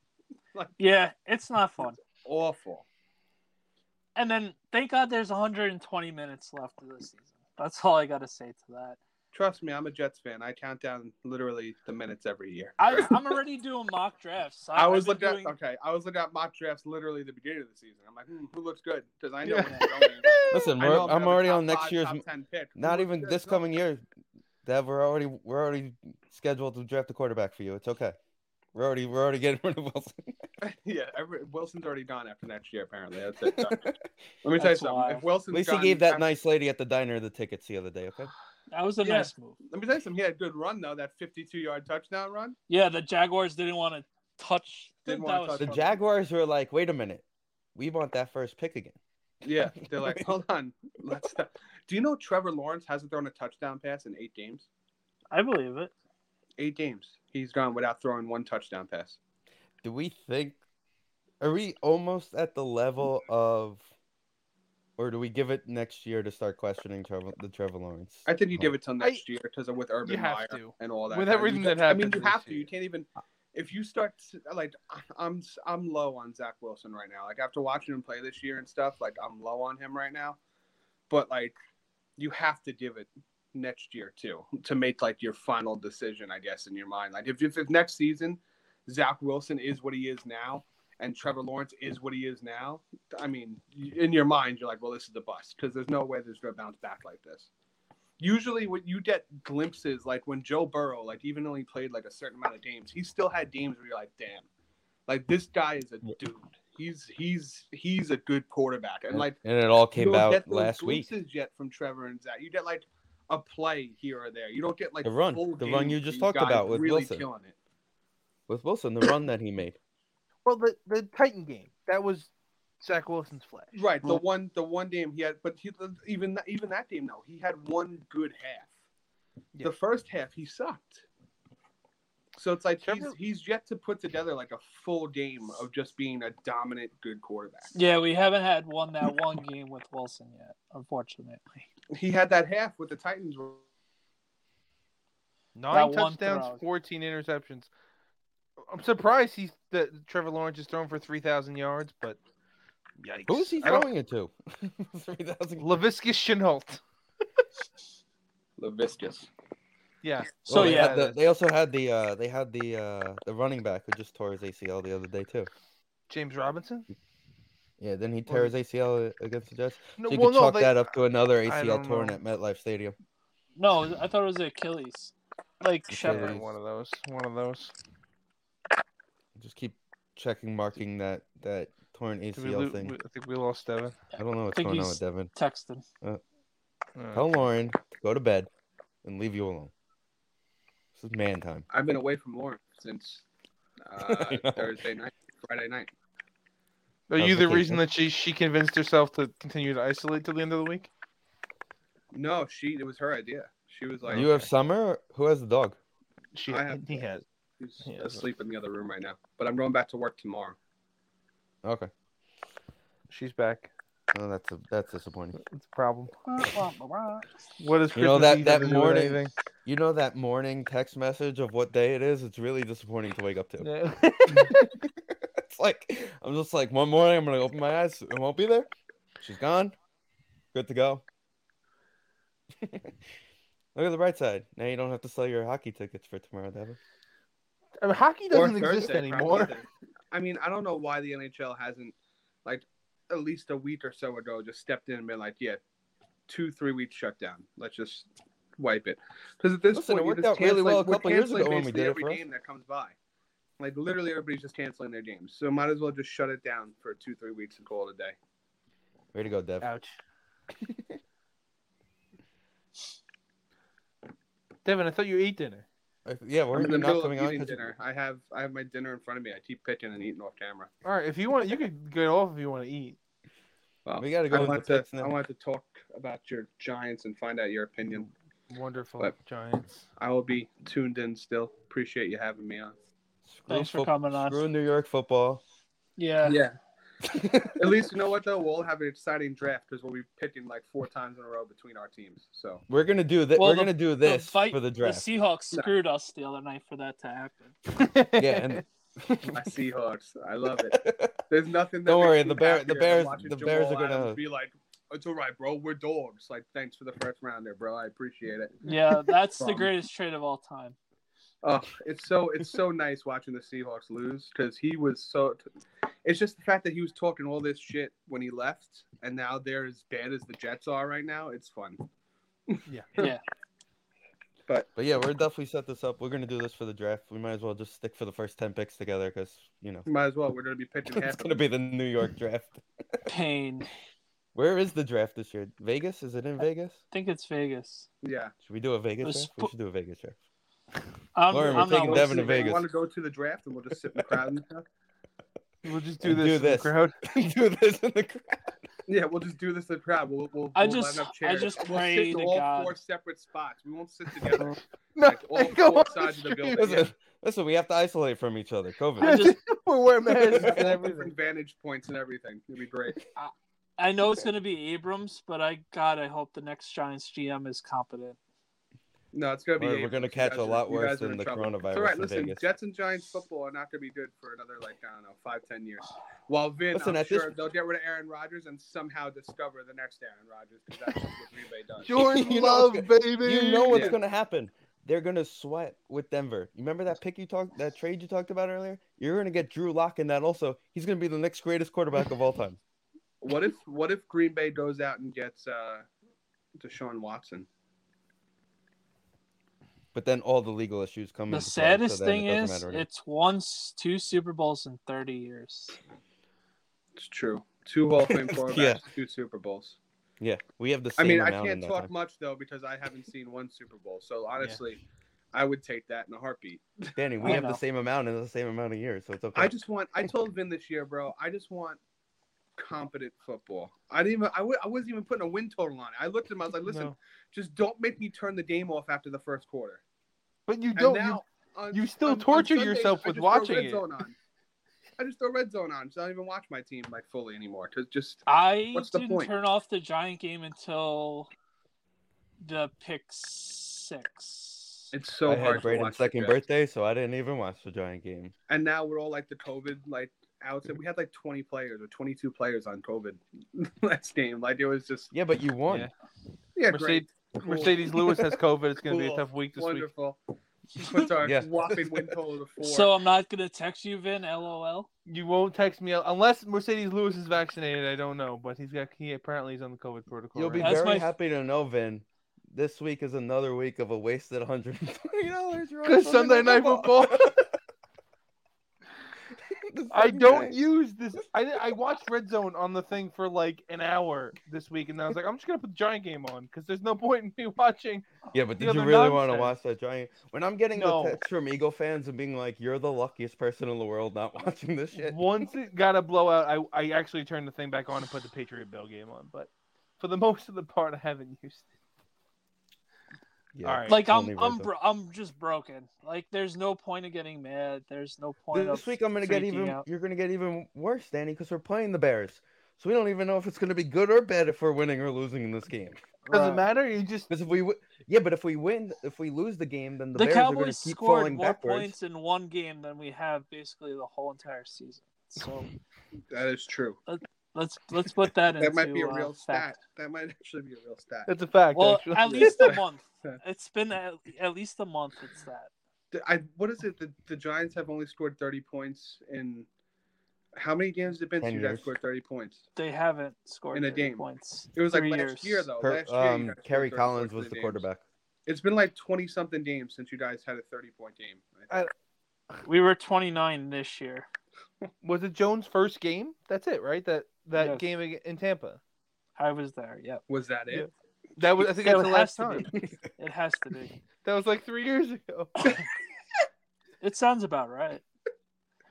C: Yeah, it's not fun.
D: Awful.
C: And then thank God there's 120 minutes left of this season. That's all I got to say to that.
D: Trust me, I'm a Jets fan. I count down literally the minutes every year.
C: I, I'm already doing mock drafts.
D: I was
C: I've
D: looking
C: been
D: at
C: doing-
D: okay. I was looking at mock drafts literally at the beginning of the season. I'm like, hmm, who looks good? Because I know.
C: Yeah.
D: where it's
C: *laughs*
D: going.
A: Listen,
D: I
A: we're,
D: know
A: I'm
D: gonna
A: already
D: top
A: on next
D: five,
A: year's.
D: top ten pick. Who
A: Not
D: looks
A: even
D: good?
A: this
D: No.
A: coming year, Dev. We're already we're already scheduled to draft a quarterback for you. It's okay. We're already we're already getting rid of Wilson.
D: *laughs* yeah, every, Wilson's already gone after next year. Apparently,
A: *laughs*
D: that's it. Let me tell you
C: That's
D: something.
C: wild.
D: If Wilson,
A: At least he gave that nice lady at the diner the tickets the other day. Okay.
C: That was a
D: Yeah.
C: nice move.
D: Let me tell you something. He had a good run though. That 52-yard touchdown run.
C: Yeah, the Jaguars didn't want to touch. that
D: Didn't wanna
C: was
D: touch
A: The
C: fun.
A: Jaguars were like, wait a minute, we want that first pick again.
D: Yeah, they're
A: *laughs*
D: like, hold on, let's. Stop. Do you know Trevor Lawrence hasn't thrown a touchdown pass in eight games?
C: I believe it.
D: Eight games. He's gone without throwing one touchdown pass.
A: Do we think? Are we almost at the level of, or do we give it next year to start questioning Trevor, the Trevor Lawrence?
D: I think you give it till
B: I-
D: next year because of with Urban
B: You have
D: Meyer
B: to.
D: and all that.
B: With
D: kind of-
B: everything
D: you
B: that
D: just- I mean,
B: happened
D: you
B: this
D: have to.
B: year.
D: You can't even. If you start like I- I'm, I'm low on Zach Wilson right now. Like after watching him play this year and stuff, like I'm low on him right now. But like, you have to give it next year too to make like your final decision, I guess, in your mind. Like if if, if next season, Zach Wilson is what he is now. And Trevor Lawrence is what he is now. I mean, y- in your mind, you're like, well, this is a bust because there's no way there's going to bounce back like this usually what you get glimpses like when Joe Burrow, like even though he played like a certain amount of games, he still had games where you're like, damn, like this guy is a dude. He's he's he's a good quarterback, and
A: and,
D: like
A: and it all
D: you
A: came
D: don't
A: out
D: get those
A: last week.
D: glimpses yet from Trevor and Zach. You get like a play here or there. You don't get like
A: The run.
D: full
A: The run
D: games
A: you
D: of
A: just
D: these
A: talked
D: guys
A: about with
D: really
A: Wilson.
D: killing it.
A: with Wilson, the run that he
D: *clears throat*
A: made.
B: Well, the the Titan game that was Zach Wilson's flash.
D: Right, the one the one game he had, but he, even even that game though, he had one good half.
B: Yeah.
D: The first half he sucked. So it's like he's,
B: Trevor-
D: he's yet to put together like a full game of just being a dominant good quarterback.
C: Yeah, we haven't had one that one game with Wilson yet, unfortunately.
D: He had that half with the Titans. where-
B: Nine
C: That one
B: touchdowns,
C: throw.
B: fourteen interceptions. I'm surprised he's that Trevor Lawrence is thrown for three thousand yards, but yikes.
A: Who is he
B: I don't-
A: throwing it to? *laughs* 3,000.
B: Lavisca Chenault.
D: LaViscus.
B: Yeah.
C: So
A: Well, they
C: yeah,
A: had the, they also had the uh, they had the uh, the running back who just tore his ACL the other day too.
B: James Robinson.
A: Yeah, then he tore his ACL against the Jets.
B: No,
A: So you
B: well,
A: could
B: no,
A: chalk
B: they,
A: that up to another
B: I
A: ACL
B: don't
A: torn
B: know.
A: at MetLife Stadium.
C: no, I thought it was Achilles, like
B: Yeah,
C: Shepard.
A: Achilles.
B: one of those. One of those.
A: Just keep checking, marking that that torn
B: Did we
A: ACL
B: lo-
A: thing.
B: we- I think we lost Devin.
A: I don't know what's
C: think
A: going on with
C: he's-
A: Devin.
C: Texted.
B: Uh,
A: Tell Lauren to go to bed and leave you alone. This is man time.
D: I've been away from Lauren since uh,
A: *laughs* I know.
D: Thursday night, Friday night.
B: Are
A: That
B: you
A: was
B: the
A: the case,
B: reason
A: huh?
B: that she she convinced herself to continue to isolate till the end of the week?
D: No, she it was her idea. She was like,
A: you have Summer. Who has the dog?
B: She
D: I have-
B: he has.
D: she's
B: Yeah, that's-
D: asleep in the other room right now. But I'm going back to work tomorrow.
A: Okay.
B: She's back.
A: Oh, that's a, that's disappointing.
B: It's a problem. What is
A: You know,
B: Christmas
A: that-
B: Eve
A: that
B: have to do with
A: morning-
B: anything?
A: You know that morning text message of what day it is? It's really disappointing to wake up to.
D: *laughs*
B: Yeah.
A: It's like I'm just like one morning I'm gonna open my eyes. It won't be there. She's gone. Good to go. *laughs* Look at the bright side. Now you don't have to sell your hockey tickets for tomorrow, Devin.
B: I mean, hockey
D: Or
B: doesn't exist
D: Thursday, probably,
B: anymore.
D: either. I mean, I don't know why the NHL hasn't, like, at least a week or so ago, just stepped in and been like, yeah, two, three weeks shutdown. Let's just wipe it. Because at this
A: Listen, it
D: point, you're
A: worked
D: just
A: out really well
D: canceling-
A: a couple
D: we're
A: years
D: canceling
A: ago when we
D: basically
A: did it
D: every
A: for us.
D: game that comes by. Like, literally, everybody's just canceling their games. So might as well just shut it down for two, three weeks and call it a day.
A: Way to go, Dev.
B: Ouch. *laughs* Devin, I thought you ate dinner.
A: I- Yeah, we're
D: I'm in the
A: not
D: middle of
A: coming on.
D: eating
A: 'cause-
D: dinner. I have I have my dinner in front of me. I keep picking and eating off camera.
B: All right, if you want, you could get off if you want to eat.
D: Well,
A: We gotta go
D: I
A: with the
D: want to
A: picks and
D: I
A: then-
D: want to talk about your Giants and find out your opinion.
B: Wonderful
D: But-
B: Giants.
D: I will be tuned in still. Appreciate you having me on.
A: Screw
C: Thanks for
A: fo-
C: coming on.
A: Screw New York football.
C: Yeah.
D: Yeah. At least you know what though, we'll have an exciting draft because we'll be picking like four times in a row between our teams. So
A: We're gonna do that.
C: Well,
A: we're
C: the-
A: gonna do this
C: the fight,
A: for the draft.
C: The Seahawks
D: No.
C: screwed us the other night for that to happen.
A: yeah, and *laughs*
D: my Seahawks, I love it. There's nothing. That
A: Don't
D: makes
A: worry,
D: me
A: the Bear- the
D: happier than
A: Bears-
D: watching
A: the Bears are
D: Jamal Adams
A: gonna-
D: be like, it's all right, bro. We're dogs. Like, thanks for the first rounder, bro. I appreciate it.
C: Yeah, that's the
D: Bum.
C: greatest trade of all time.
D: Oh, it's so it's so nice watching the Seahawks lose because he was so. It's just the fact that he was talking all this shit when he left, and now they're as bad as the Jets are right now. It's fun.
C: Yeah.
A: but yeah, we're definitely set this up. We're gonna do this for the draft. We might as well just stick for the first ten picks together because you know *laughs*
D: Might as well. We're gonna be pitching
A: it's
D: half.
A: gonna be the New York draft.
C: Pain. I
A: Where is the draft this year? Vegas? Is it
C: Uh,
A: in Vegas?
C: think it's Vegas.
D: Yeah,
A: Should we do a
C: It
A: Vegas
C: was
A: draft? We
C: sp-
A: should do a Vegas draft. *laughs*
C: I'm,
A: Lauren, we're
C: I'm not
A: taking Devin to
C: listening.
A: Vegas.
D: You want to go to the draft, and we'll just sit in the crowd and stuff. *laughs*
B: We'll just do
A: And
B: this.
A: do
B: in the
A: this.
B: crowd.
A: do this in the *laughs* crowd.
D: Yeah, we'll just do this in the crowd. We'll, we'll,
C: I
D: we'll
C: just-
D: line up
C: I
D: chairs.
C: just
D: we'll
C: pray
D: sit in
C: to
D: all
C: God.
D: four separate spots. We won't sit together.
B: No,
D: *laughs* Like, all
B: they go
D: four
B: on
D: sides of the
B: street.
D: building.
B: *laughs*
A: Listen, listen, we have to isolate from each other. COVID.
C: I just
B: we wear
D: We'll
B: masks
D: have
B: and
D: different
B: everything.
D: vantage points and everything. It'd be great.
C: I know it's gonna be Abrams, but I God, I hope the next Giants GM is competent.
D: No, it's gonna be.
A: We're- we're
D: Abrams.
A: gonna
D: You
A: catch
D: guys
A: a
D: are-
A: lot
D: you
A: worse
D: guys are
A: than
D: in
A: the
D: trouble.
A: coronavirus
D: It's all right.
A: in
D: Listen,
A: Vegas.
D: Jets and Giants football are not gonna be good for another like I don't know five ten years. While Vin,
A: Listen,
D: I'm
A: at this-
D: sure they'll get rid of Aaron Rodgers and somehow discover the next Aaron Rodgers because that's just what Green Bay does. *laughs*
A: *laughs*
B: Jordan
A: You know
B: Love,
A: what's
B: baby.
A: You know what's
D: Yeah.
A: gonna happen. They're gonna sweat with Denver. You remember that pick you talked, that trade you talked about earlier? You're gonna get Drew Lock in that. Also, he's gonna be the next greatest quarterback of all time.
D: What if what if Green Bay goes out and gets uh, Deshaun Watson?
A: But then all the legal issues come.
C: The
A: into play, so
C: saddest
A: then
C: thing
A: it doesn't
C: is
A: matter anymore.
C: it's won s- two Super Bowls in thirty years.
D: It's true. Two Hall of Fame
A: *laughs*
D: quarterbacks,
A: Yeah.
D: two Super Bowls.
A: yeah, we have the
D: I
A: same
D: mean, I
A: amount in
D: can't
A: that
D: talk
A: time.
D: much though because I haven't seen one Super Bowl. So honestly, I would take that in a heartbeat.
A: Danny, we
C: I
A: have
C: know.
A: the same amount in the same amount of years, so it's okay.
D: I just want. I told Vin this year, bro. I just want competent football. I didn't even. I w- I wasn't even putting a win total on it. I looked at him. I was like, listen,
B: No.
D: just don't make me turn the game off after the first quarter.
B: But you
D: And
B: don't.
D: now, on-
B: you still
D: on- on
B: torture
D: Sundays,
B: yourself
D: I
B: with
D: just throw
B: watching
D: Red
B: it.
D: Zone on. I just throw red zone on. So I don't even watch my team like fully anymore. 'Cause just
C: I
D: What's the
C: didn't
D: point?
C: turn off the Giant game until the pick six.
D: it's so
A: I
D: hard
A: had
D: to
A: Braden's
D: watch.
A: second
D: the Jets.
A: birthday, so I didn't even watch the Giant game.
D: And now we're all like the COVID like out. We had like twenty players or twenty two players on COVID *laughs* last game. Like it was just
A: Yeah, but you won.
B: Yeah.
D: yeah.
B: Mercedes,
D: Great.
B: Mercedes Lewis has COVID. It's going to be a
D: Cool.
B: tough week this week.
D: Wonderful. She
A: *laughs*
D: puts our
A: Yes.
D: whopping win total to four.
C: So I'm not gonna text you, Vin. LOL.
B: You won't text me unless Mercedes Lewis is vaccinated. I don't know, but he's got he apparently is on the COVID protocol.
A: You'll be
B: right now.
C: That's
A: very
C: my-
A: happy to know, Vin. This week is another week of a *laughs* wasted $120. you're on
B: Good Sunday Night
A: *laughs*
B: Football.
A: This
B: I
A: fucking
B: don't
A: guy.
B: use this. I I watched Red Zone on the thing for like an hour this week, and I was like, I'm just gonna put the Giant game on because there's no point in me *laughs* watching.
A: Yeah, but
B: the
A: did you
B: other
A: really want to
B: nonsense.
A: watch that giant? When I'm getting
B: No.
A: the text from Eagle fans and being like, "You're the luckiest person in the world not *laughs* watching this shit."
B: Once it got a blowout, I I actually turned the thing back on and put the Patriot Bell game on. But for the *laughs* most of the part, I haven't used it.
A: Yeah,
B: All right.
C: Like
A: only
C: I'm, I'm,
A: Rizzo.
C: bro- I'm just broken. Like there's no point of getting mad. There's no point
A: This
C: of
A: week I'm gonna get
C: freaking
A: even.
C: out.
A: You're gonna get even worse, Danny, because we're playing the Bears, so we don't even know if it's gonna be good or bad if we're winning or losing in this game.
B: Doesn't
C: Right.
B: matter. You just
A: Because if we, wi- yeah, but if we win, if we lose the game, then the,
C: The
A: Bears are gonna
C: Cowboys
A: keep
C: scored
A: falling
C: more
A: backwards.
C: points in one game than we have basically the whole entire season. So
D: that is
C: *laughs*
D: true.
C: let's let's put that into
D: That might be a
C: uh,
D: real
C: fact.
D: stat. That might *laughs* actually be a real stat.
B: that's a fact.
C: Well,
B: actually.
C: at least a
D: *laughs*
C: month.
D: Yeah.
C: It's been at, at least a month. It's that.
D: The- I what is it? The, the Giants have only scored thirty points in how many games has it been
A: Ten
D: since you guys
A: years.
D: scored thirty points?
C: They haven't scored
D: In a
C: 30
D: game.
C: points.
D: It was like
C: Three
D: last
C: years.
D: year though.
A: Per-
D: Oh, last year, you
A: um,
D: guys scored
A: Kerry
D: 30
A: Collins
D: points
A: was
D: in
A: the
D: games.
A: quarterback.
D: It's been like twenty something games since you guys had a thirty point game.
B: I-
C: We were 29 this year.
B: was it Jones' first game? That's it, right? That that
C: Yes.
B: game ag- in Tampa.
C: I was there. Yep.
D: Was that it?
B: That was I think
C: Yeah,
B: that's
C: it
B: the
C: has
B: last
C: to
B: time.
C: be. *laughs* It has to be.
B: That was like three years ago.
C: *laughs* It sounds about right.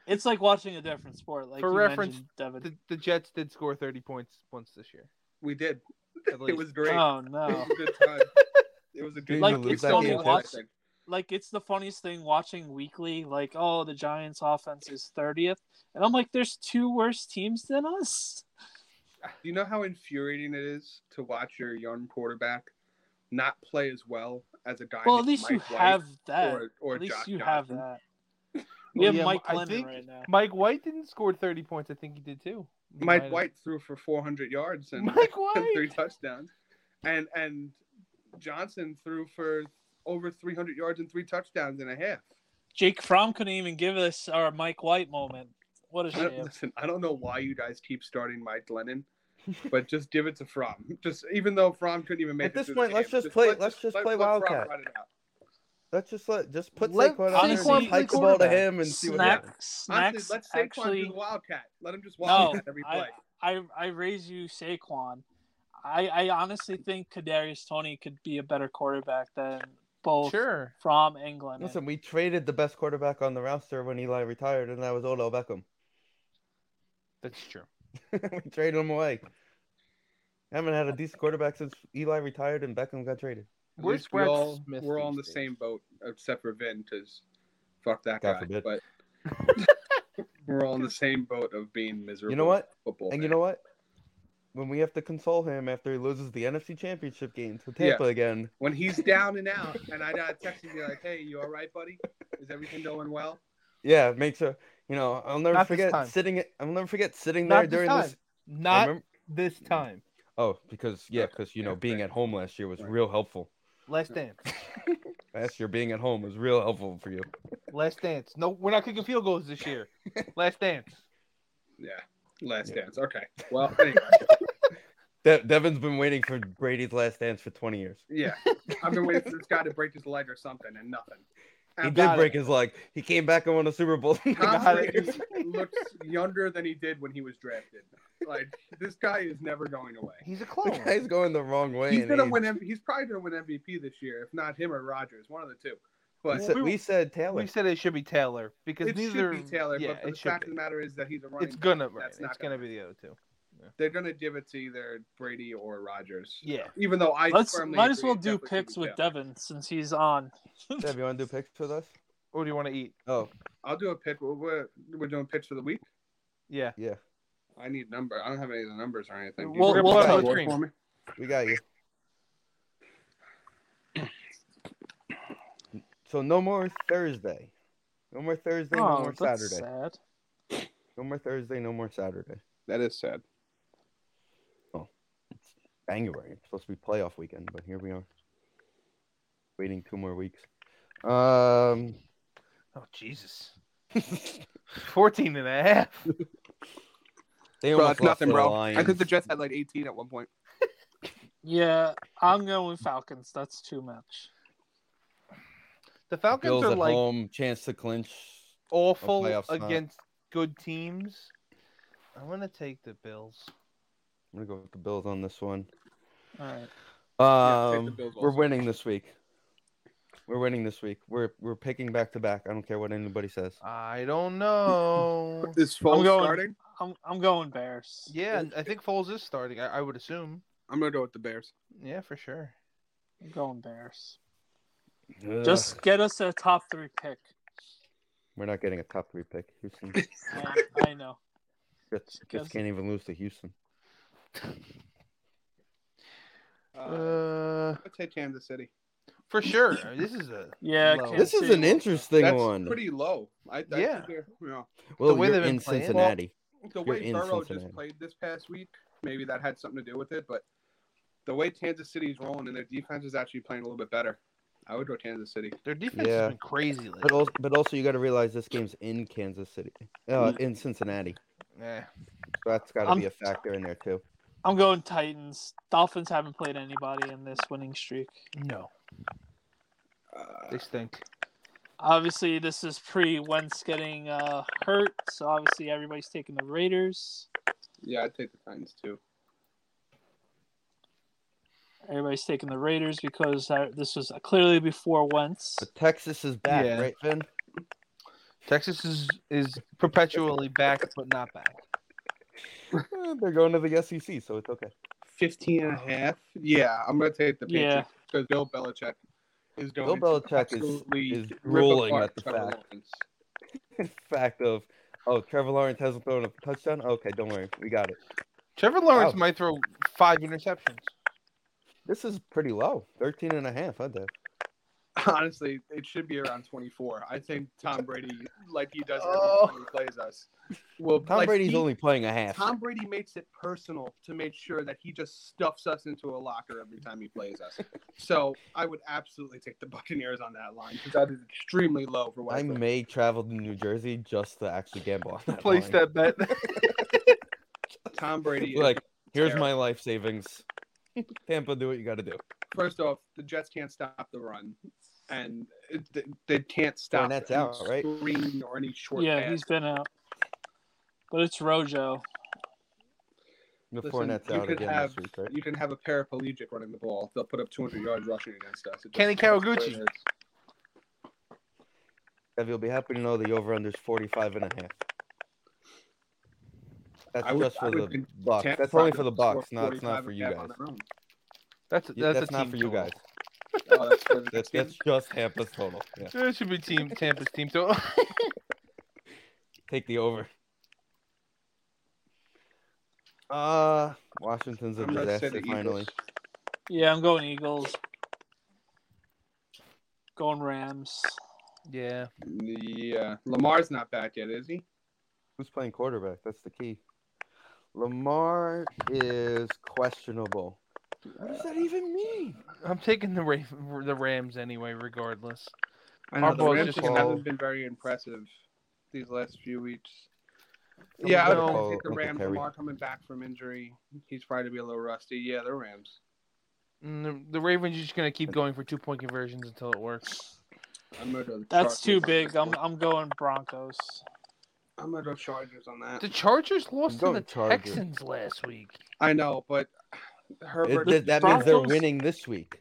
C: It's like watching a different sport. Like
B: For
C: you
B: reference,
C: mentioned, Devin.
B: The, the Jets did score 30 points once this year.
D: We did.
B: At
D: *laughs* It
B: least.
D: was great.
C: Oh
D: It
B: *laughs*
D: was
C: no!
D: a good
C: *laughs*
D: time. It was a good.
C: Like,
D: time.
C: it's
D: That
C: only
D: game was
C: watch-
D: epic.
C: like it's the funniest thing watching weekly. Like, oh, the Giants' offense is 30th, and I'm like, there's two worse teams than us.
D: Do you know how infuriating it is to watch your young quarterback not play as well as a guy?
C: Well, at
D: named
C: least you
D: Mike White
C: have that.
D: Or, or
C: at least
D: Josh
C: you have
D: Johnson?
C: that. *laughs* We have
B: Yeah,
C: Mike
B: I
C: Glennon
B: think-
C: right now.
B: Mike White didn't score 30 points. I think he did too. He might
D: Mike
B: have.
D: White threw for 400 yards and,
B: Mike
D: *laughs* and three
B: White.
D: touchdowns, and and Johnson threw for over 300 yards and three touchdowns and a half.
C: Jake Fromm couldn't even give us our Mike White moment. What a
D: I don't,
C: shame.
D: listen, I don't know why you guys keep starting Mike
A: *laughs*
D: Lennon, but just give it to Fromm. Just even though Fromm couldn't even make
A: At
D: it
A: this
D: through the
A: point, let's
D: game,
A: just play-
D: let-
A: let's just
D: let-
A: play
D: let Fromm
A: Wildcat.
D: run it out.
A: Let's just let just put
B: Let
A: Saquon out there
C: Saquon
A: and hike
C: play
A: the ball to
B: quarterback.
A: him and see what
C: Snack,
A: happens.
C: snacks.
D: Honestly, let's Saquon do
C: actually,
D: the Wildcat. Let him just
C: No,
D: Wildcat every
C: I,
D: play.
C: I I raise you Saquon. I, I honestly think Kadarius Tony could be a better quarterback than both
B: Sure.
C: from England.
A: Listen, we traded the best quarterback on the roster when Eli retired, and that was Odell Beckham. *laughs*
B: That's true.
A: we traded him away. Haven't had a decent quarterback since Eli retired and Beckham got traded.
D: At
B: Where's
D: least we
B: Brad
D: all,
B: Smith
D: we're
B: these
D: all on the
B: days?
D: same boat, except for Vin, because fuck that
A: God
D: guy.
A: forbid.
D: But *laughs* we're all on the same boat of being miserable.
A: You know what?
D: Football.
A: And you
D: fans.
A: know what? When we have to console him after he loses the NFC Championship game to
D: Yeah.
A: Tampa again,
D: when he's down and out, and I got text him be like, "Hey, you all right, buddy? Is everything going well?"
A: yeah, make sure you know. I'll never
B: Not this
A: forget
B: time.
A: sitting. at- I'll never forget sitting there
B: Not this
A: during
B: time.
A: this. I
B: Not
A: remember-
B: this time.
A: oh, because yeah,
D: Okay.
A: because you know,
D: Yeah,
A: being
D: right.
A: at home last year was
D: Right.
A: real helpful.
B: Last dance.
A: Last year, being at home was real helpful for you.
B: Last dance. No, we're not kicking field goals this
D: *laughs*
B: year. Last dance.
D: Yeah. Last
A: Yeah.
D: dance. Okay. Well, anyway,
A: De- Devin's been waiting for Brady's last dance for 20 years.
D: yeah. I've been waiting for this guy to break his leg or something, and nothing.
A: He
D: And
A: did
B: got
A: break his leg. He came back and won a Super Bowl. *laughs*
D: Tom
B: Got
D: Brady
B: it.
D: looks younger than he did when he was drafted. Like this guy is never going away.
B: He's a
A: the
B: clone.
A: guy's going the wrong way.
D: He's
A: in
D: gonna
A: age.
D: win. M- he's probably gonna win MVP this year, if not him or Rogers, one of the two. But
A: we, said,
B: we-
A: we said Taylor.
B: We said it should be Taylor because
D: it
B: neither
D: should be Taylor.
B: Yeah,
D: but the
B: it should
D: fact
B: be.
D: of the matter is that he's a running.
B: It's gonna.
D: back.
B: Right.
D: That's not
B: it's gonna be the other two.
D: They're gonna give it to either Brady or Rogers.
B: Yeah.
D: Even though I
C: Let's
D: firmly
C: might as
D: agree
C: well
D: it
C: do
D: definitely should
C: picks
D: be
C: with
D: Taylor.
C: Devin since he's on.
A: Dev, you want to do picks with us?
B: Or do you want to eat?
A: Oh,
D: I'll do a pick. We're, we're, we're doing picks for the week.
B: Yeah.
A: yeah.
D: I need number. I don't have any of the numbers or anything. Do
C: We'll-
D: you-
C: we'll
D: you got
C: talk.
D: one for me?
A: We got you. So no more Thursday. No more Thursday, no
C: Oh,
A: more
C: that's
A: Saturday.
C: sad.
A: No more Thursday, no more Saturday.
D: That is sad.
A: January. It's supposed to be playoff weekend, but here we are. waiting two more weeks. Um,
B: Oh Jesus. *laughs* 14 and a half.
A: they
D: Bro,
A: almost
D: that's nothing, bro. I
A: Lions.
D: think the Jets had like 18 at one point.
C: Yeah, I'm going Falcons. That's too much.
B: The Falcons
A: Bills
B: are
A: at
B: like
A: home, chance to clinch.
B: awful
A: playoff spot.
B: against good teams. I'm gonna take the Bills.
A: I'm gonna go with the Bills on this one.
C: All right.
D: Yeah, take the
A: Um,
D: Bills
A: we're
D: also.
A: winning this week. We're winning this week. We're we're picking back to back. I don't care what anybody says.
B: I
A: *laughs*
B: don't know.
D: Is Foles
C: I'm going-
D: starting?
C: I'm I'm going Bears.
B: yeah, I think Foles is starting. I, I would assume.
D: I'm gonna go with the Bears.
B: Yeah, for sure.
C: I'm going Bears.
A: Uh,
C: Just get us a top three pick.
A: we're not getting a top three pick. Houston
C: Yeah, I know.
A: just, just can't even lose to Houston.
D: Uh,
B: Uh,
D: I'd say Kansas City.
B: for sure. This is a
C: Yeah,
B: Low.
C: Kansas
A: This is
C: City
A: an
C: won't-
A: interesting
D: That's
A: one.
D: pretty low. I, I think
B: Yeah.
D: they're- yeah.
A: well,
B: the way
A: you're
B: they've been
A: in
B: playing.
A: Cincinnati.
D: The
A: You're
D: way
A: in
D: Burrow
A: Cincinnati.
D: just played this past week, maybe that had something to do with it. But the way Kansas City's rolling and their defense is actually playing a little bit better, I would go Kansas City.
B: their defense
A: Yeah.
B: has been crazy lately.
A: But also, but also, you got to realize this game's in Kansas City, uh, in Cincinnati.
B: yeah.
A: So that's got to
C: I'm-
A: be a factor in there too.
C: I'm going Titans. Dolphins haven't played anybody in this winning streak.
B: No,
D: Uh,
B: they stink.
C: Obviously, this is pre Wentz getting uh, hurt, so obviously everybody's taking the Raiders.
D: yeah, I'd take the Titans too.
C: Everybody's taking the Raiders because that, this was clearly before Wentz.
A: But Texas is back,
B: Yeah.
A: right, Finn?
B: Texas is is perpetually back, but not back.
A: Eh, They're going to the SEC, so it's okay. *laughs*
D: 15 and a half. Um, Yeah, I'm gonna take the
C: Yeah.
D: Patriots because Bill Belichick is
A: Bill
D: going. to
A: Belichick is,
D: absolutely
A: is
D: rip
A: rolling
D: apart
A: at the
D: Trevor
A: fact,
D: Lawrence.
A: fact of, oh, Trevor Lawrence hasn't thrown a touchdown. Okay, don't worry, we got it.
B: Trevor Lawrence
A: Oh.
B: might throw five interceptions.
A: This is pretty low, 13 and a half. I did.
D: Honestly, it should be around 24. I think Tom Brady, like he does every
B: Oh.
D: time he plays us, will.
A: Tom
D: like,
A: Brady's
D: he-
A: only playing a half.
D: Tom Brady makes it personal to make sure that he just stuffs us into a locker every time he plays us. so I would absolutely take the Buccaneers on that line because that is extremely low for what
A: I
D: I think.
A: may travel to New Jersey just to actually gamble on that.
B: Place
A: line.
B: that bet.
D: *laughs* Tom Brady. is-
A: Like, here's
D: terrible.
A: my life savings. Tampa, do what you got to do.
D: first off, the Jets can't stop the run, and it- they- they can't stop
A: Fournette's
D: any
A: out, right?
D: screen or any short
C: Yeah,
D: pass.
C: he's been out. But it's Rojo.
A: The
D: Listen,
A: Fournette's
D: you
A: out
D: could
A: again
D: have-
A: this week, right?
D: You can have a paraplegic running the ball; they'll put up 200 yards rushing against us. It
B: Kenny
D: doesn't-
B: Kawaguchi.
A: Kev, you'll be happy to know the over under is 45 and a half.
D: I
A: That's
D: would-
A: just
D: I
A: for
D: would
A: the
D: think
A: Bucks.
D: Tampa
A: That's only
D: Bay
A: for the
D: scored
A: Bucks. No, it's
D: 45
A: not for you
D: and a half
A: guys.
D: on their own.
B: That's
A: Yeah,
B: that's,
A: That's
B: a
A: not
B: team
A: for you
B: total.
A: guys.
D: Oh, that's for the
A: *laughs* That's
D: team.
A: that's just Tampa's total. Yeah.
B: That should be team Tampa's team *laughs* total.
A: Take the over. Uh Washington's a
D: I'm gonna say
A: disaster
D: the
A: finally.
D: Eagles.
C: Yeah, I'm going Eagles. Going Rams.
B: yeah.
D: Yeah, Lamar's not back yet, is he?
A: Who's playing quarterback? That's the key. Lamar is questionable. What does that even mean?
B: I'm taking the Ra- the Rams anyway, regardless.
D: I know the
B: Harbaugh's
D: Rams
B: just
D: just
A: called-
D: haven't been very impressive these last few weeks. yeah,
A: Somebody's
D: I
A: gotta
D: would
A: call
D: take the
A: Uncle
D: Rams.
A: Terry.
D: Lamar coming back from injury, he's probably to be a little rusty. Yeah, the Rams.
B: And Mm, the, the Ravens are just gonna keep going for two point conversions until it works.
D: I'm gonna go the
C: That's too
D: Chargers.
C: big. I'm I'm going Broncos.
D: I'm gonna go Chargers on that.
B: The Chargers lost to
A: Go
B: the
A: Chargers.
B: Texans last week.
D: I know, but Herbert.
A: It- that that means they're
C: Broncos-
A: winning this week.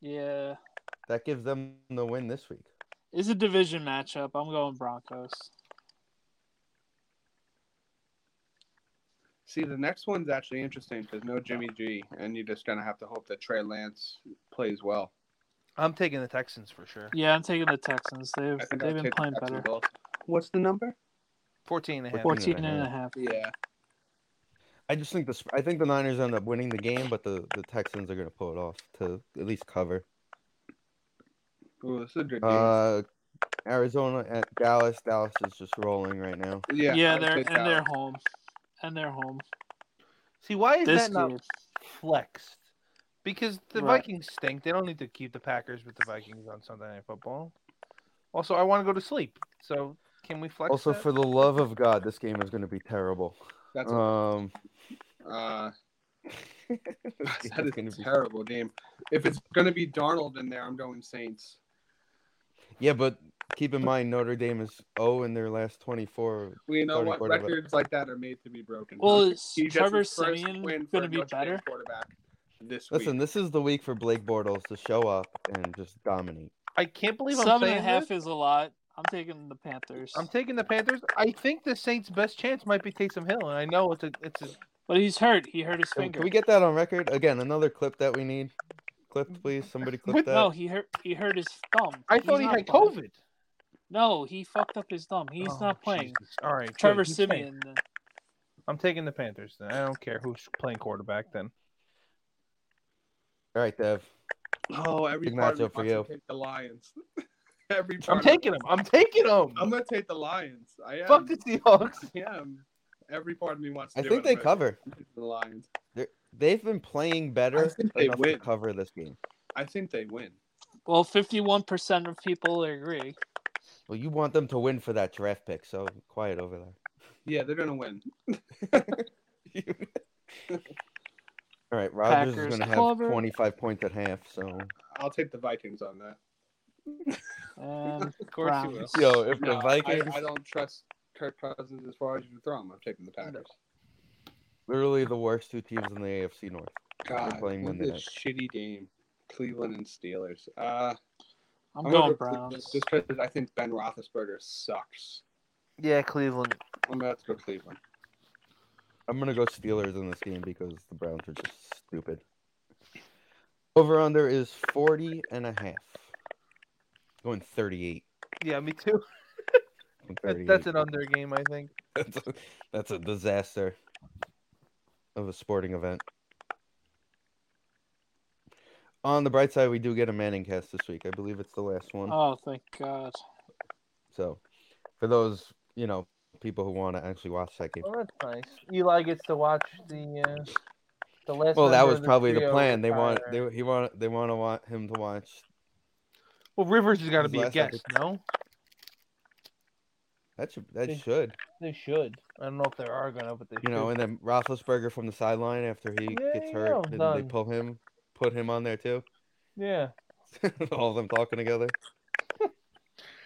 C: Yeah.
A: That gives them the win this week.
C: It's a division matchup. I'm going Broncos.
D: See, the next one's actually interesting because no Jimmy G, and you're just gonna have to hope that Trey Lance plays well.
B: I'm taking the Texans for sure.
C: Yeah, I'm taking the Texans. They've
D: I think I'll
C: they've been
D: take the
C: playing better.
D: Jacksonville. What's the number?
B: 14 and a half.
C: 14 and a half.
D: Yeah,
A: I just think the Sp- I think the Niners end up winning the game, but the, the Texans are going to pull it off to at least cover.
D: Ooh, this is a good game.
A: Uh, Arizona at Dallas. Dallas is just rolling right now.
C: Yeah,
D: yeah, I would
C: they're
D: take
C: and
D: Dallas.
C: they're home. And they're home.
B: See why is
C: This
B: that not
C: game.
B: flexed? because the
C: Right.
B: Vikings stink. They don't need to keep the Packers with the Vikings on Sunday Night Football. Also, I want to go to sleep. So can we flex?
A: Also,
B: that?
A: for the love of God, this game is going to be terrible.
D: That's
A: Um, *laughs*
D: uh, *laughs*
A: this game
D: that
A: is
D: is
A: gonna
D: a
A: be-
D: terrible game. If it's gonna be Darnold in there, I'm going Saints.
A: Yeah, but keep in mind Notre Dame is 0 in their last 24.
D: We know
A: Starting
D: what
A: quarterback.
D: records like that are made to be broken.
C: Well, is
D: He gets
C: Trevor
D: his first
C: Simeon
D: win for
C: going to
D: a
C: be
D: Notre Dame
C: better?
D: Quarterback this week.
A: Listen, this is the week for Blake Bortles to show up and just dominate.
B: I can't believe I'm
C: Seven
B: saying
C: and a half
B: this.
C: is a lot. I'm taking the Panthers.
B: I'm taking the Panthers. I think the Saints' best chance might be Taysom Hill, and I know it's a it's a
C: but he's hurt. He hurt his
A: Can,
C: finger.
A: can we get that on record? Again, another clip that we need. Clip, please. Somebody clip
B: What-
A: that.
C: No, he hurt. He hurt his thumb.
B: I
C: He's
B: thought he
C: not
B: had
C: playing.
B: COVID.
C: No, he fucked up his thumb. He's
B: Oh,
C: not playing.
B: Jesus. All right, good.
C: Trevor
B: He's playing.
C: Simeon. then.
B: I'm taking the Panthers. Then I don't care who's playing quarterback. Then
A: All right, Dev.
D: oh, every
A: Big
D: part of me
A: matchup for
D: wants to
A: you.
D: take the Lions. *laughs* every part
B: I'm
D: of me.
B: taking him. I'm taking him.
D: I'm gonna take the Lions. I am.
B: Fuck the Seahawks.
D: Yeah, I'm- every part of me wants. To
A: I
D: do
A: think
D: it,
A: they
D: but
A: cover.
D: the Lions.
A: They've been playing
D: I
A: better
D: think they
A: enough to
D: win.
A: cover this game.
D: I think they win.
C: Well, fifty-one percent of people agree.
A: Well, you want them to win for that draft pick, so quiet over there.
D: Yeah, they're gonna win.
A: All right, Rodgers
C: Packers
A: is going to have
C: cover.
A: 25 points at half. So,
D: I'll take the Vikings on that.
C: And
D: Of course you will.
C: Browns.
A: *laughs* yo, if
D: No,
A: the
D: I-
A: Vikings
D: I, don't trust Kirk Cousins as far as you can throw him. I'm taking the Packers.
A: literally the worst two teams in the AFC North.
D: God,
A: playing
D: what
A: Monday
D: a shitty game. Cleveland and Steelers. Uh,
C: I'm going
D: I'm to Cleveland
C: Browns.
D: Just because I think Ben Roethlisberger sucks.
B: *laughs* Yeah, Cleveland.
D: I'm gonna have to go Cleveland.
A: I'm gonna go Steelers in this game because the Browns are just stupid. Over under is 40 and a half. Going 38.
B: Yeah, me too.
A: Going
B: That-
A: 38.
B: That's an under game, I think.
A: *laughs* That's a, that's a disaster of a sporting event. On the bright side, we do get a Manning cast this week. I believe it's the last one.
C: Oh, thank God.
A: So, for those you know people who want to actually watch that game,
B: Well, that's nice. Eli gets to watch the uh, the last.
A: well, that
B: member
A: was
B: of
A: probably the
B: trio
A: plan. They want
B: retire.
A: they he want they want to want him to watch
B: Well, Rivers has got to
A: His
B: be a
A: last
B: guest. No,
A: that should that
B: They-
A: should
B: they should. I don't know if they are gonna, but they.
A: You know,
B: should.
A: and then Roethlisberger from the sideline after he
B: Yeah,
A: gets
B: yeah,
A: hurt,
B: I'm
A: and they
B: done.
A: pull him, put him on there too. *laughs*
B: yeah.
A: All of them talking
B: *laughs*
A: together.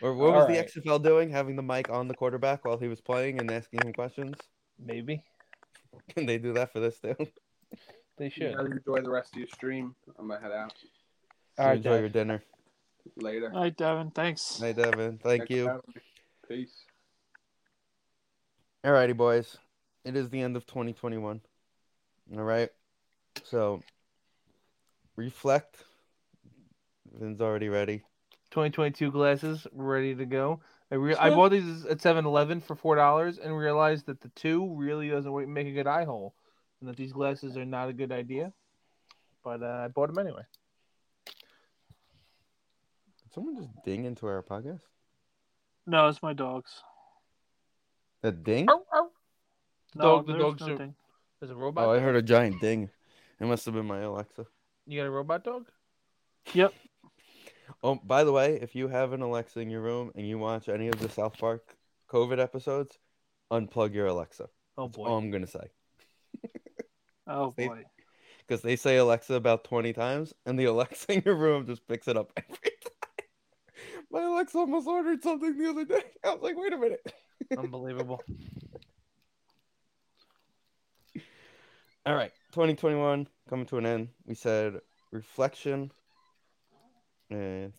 A: Or what was
B: Alright.
A: the XFL doing? Having the mic on the quarterback while he was playing and asking him questions. *laughs*
B: Maybe
A: Can they do that for this too? *laughs*
B: they
D: You
B: should.
D: guys enjoy the rest of your stream. I'm gonna head out
B: All right,
A: Enjoy
B: Dev.
A: your dinner.
D: later.
C: All right, Devin. Thanks.
A: Night, Devin. Thank
D: Thanks for
A: you.
D: having me. Peace.
A: Alrighty, boys. It is the end of 2021. All right. So reflect. Vin's already ready.
B: 2022 glasses ready to go. I, re- I bought these at 7-Eleven for four dollars and realized that the two really doesn't wa- make a good eye hole, and that these glasses are not a good idea. But uh, I bought them anyway.
A: Did someone just ding into our podcast?
C: No, it's my dogs.
A: That ding?
C: No,
B: Dog- the
C: there's
B: dogs are-
C: nothing.
B: There's a robot.
A: Oh, I heard a giant ding. It must have been my Alexa.
B: You got a robot dog?
A: Oh, by the way, if you have an Alexa in your room and you watch any of the South Park COVID episodes, unplug your Alexa.
B: Oh
A: That's
B: boy.
A: all I'm gonna say.
C: Oh
A: They-
C: boy.
A: Because they say Alexa about 20 times, and the *laughs* Alexa in your room just picks it up every *laughs* time. My Alexa almost ordered something the other day. *laughs* I was like, wait a minute.
B: *laughs* Unbelievable.
A: All right, 2021 coming to an end. We said reflection and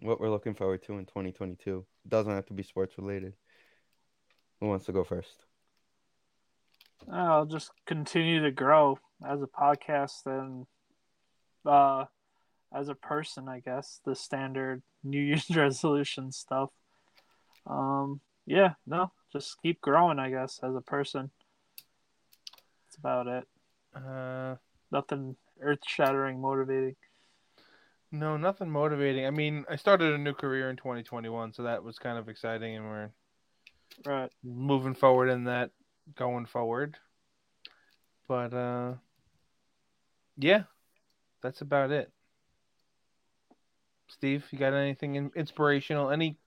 A: what we're looking forward to in 2022. Doesn't have to be sports related. Who wants to go first?
C: I'll just continue to grow as a podcast and uh, as a person, I guess. The standard *laughs* New Year's resolution stuff. Um, yeah, no, just keep growing, I guess, as a person. That's about it.
B: Uh,
C: Nothing earth-shattering, motivating.
B: no, nothing motivating. I mean, I started a new career in 2021, so that was kind of exciting, and we're
C: Right.
B: moving forward in that going forward. But uh yeah, that's about it. Steve, you got anything in- inspirational? Any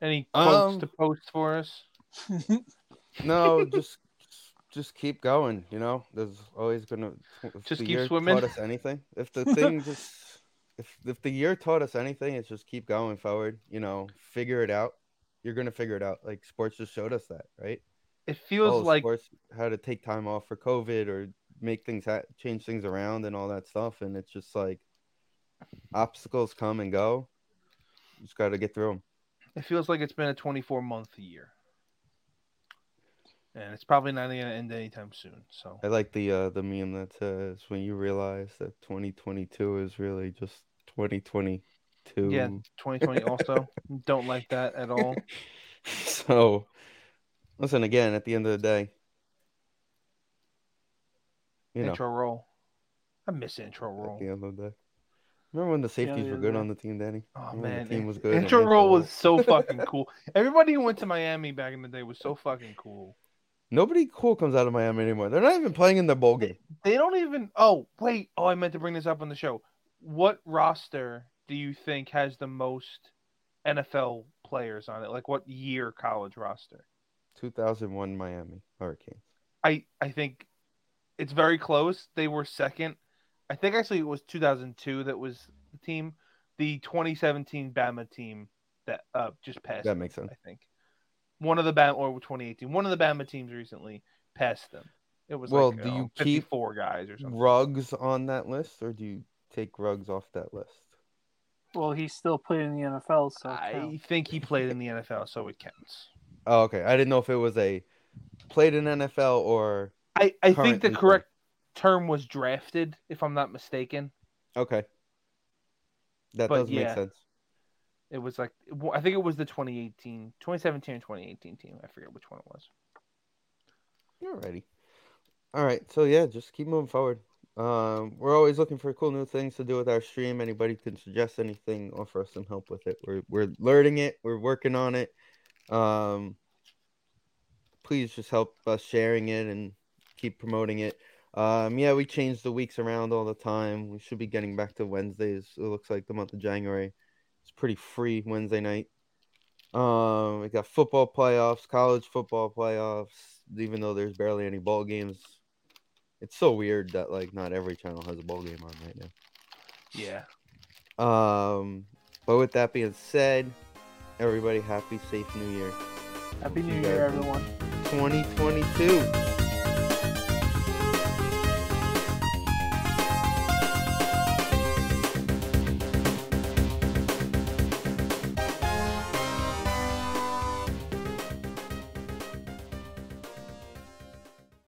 B: any quotes
A: Um,
B: to post for us? *laughs*
A: No, just just keep going. You know, there's always gonna. if
B: Just
A: the
B: keep
A: year
B: swimming.
A: Taught us anything? If
B: *laughs*
A: the thing just if if the year taught us anything, it's just keep going forward. You know, figure it out. You're gonna figure it out. Like sports just showed us that, right?
B: It feels
A: oh,
B: like
A: sports how to take time off for COVID or make things ha- change things around and all that stuff. And it's just like obstacles come and go. You just got to get through them.
B: it feels like it's been a 24 month year. And it's probably not going to end anytime soon. So
A: I like the uh, the meme that says when you realize that 2022 is really just 2022.
B: Yeah. 2020 also don't like that at all.
A: *laughs* So, listen again. At the end of the day, you know,
B: Intro roll. I miss intro
A: at the
B: roll.
A: end of the day. Remember when the safeties
C: yeah,
A: were good
C: yeah.
A: on the team, Danny?
B: Oh
A: Remember when
B: man,
A: the team
B: in-
A: was good. and
B: intro
A: Mitchell
B: roll
A: *laughs*
B: was so fucking cool. Everybody who went to Miami back in the day was so fucking cool.
A: Nobody cool comes out of Miami anymore. They're not even playing in their bowl game.
B: They don't even. Oh wait. Oh, I meant to bring this up on the show. What roster do you think has the most NFL players on it? Like what year college roster?
A: 2001 Miami Hurricanes.
B: I I think it's very close. They were second. I think actually it was 2002 that was the team. The 2017 Bama team that uh, just passed.
A: That makes
B: them,
A: sense.
B: I think one of the Bama or 2018, one of the Bama teams recently passed them. It was
A: Well,
B: like
A: do
B: uh,
A: you keep
B: 54 guys or something.
A: Rugs on that list, or do you take rugs off that list?
C: Well, he still played in the NFL, so it counts.
B: I think he played in the NFL, so it counts.
A: Oh, okay. I didn't know if it was a played in NFL or
B: I, I think
A: Currently
B: the
A: playing.
B: correct term was drafted, if I'm not mistaken.
A: okay. That
B: But
A: does
B: yeah.
A: make sense.
B: It was like I think it was the 2018, 2017 and 2018 team. I forget which one it was.
A: You're ready. All right. So yeah, just keep moving forward. Um, we're always looking for cool new things to do with our stream. Anybody can suggest anything, offer us some help with it. We're we're learning it. We're working on it. Um, please just help us sharing it and keep promoting it. Um, yeah, we change the weeks around all the time. We should be getting back to Wednesdays. It looks like the month of January. It's pretty free Wednesday night. Um, we got football playoffs, college football playoffs. Even though there's barely any ball games, it's so weird that like not every channel has a ball game on right now.
B: Yeah.
A: Um, but with that being said, everybody happy, safe New Year,
C: Happy New Year, everyone.
A: 2022.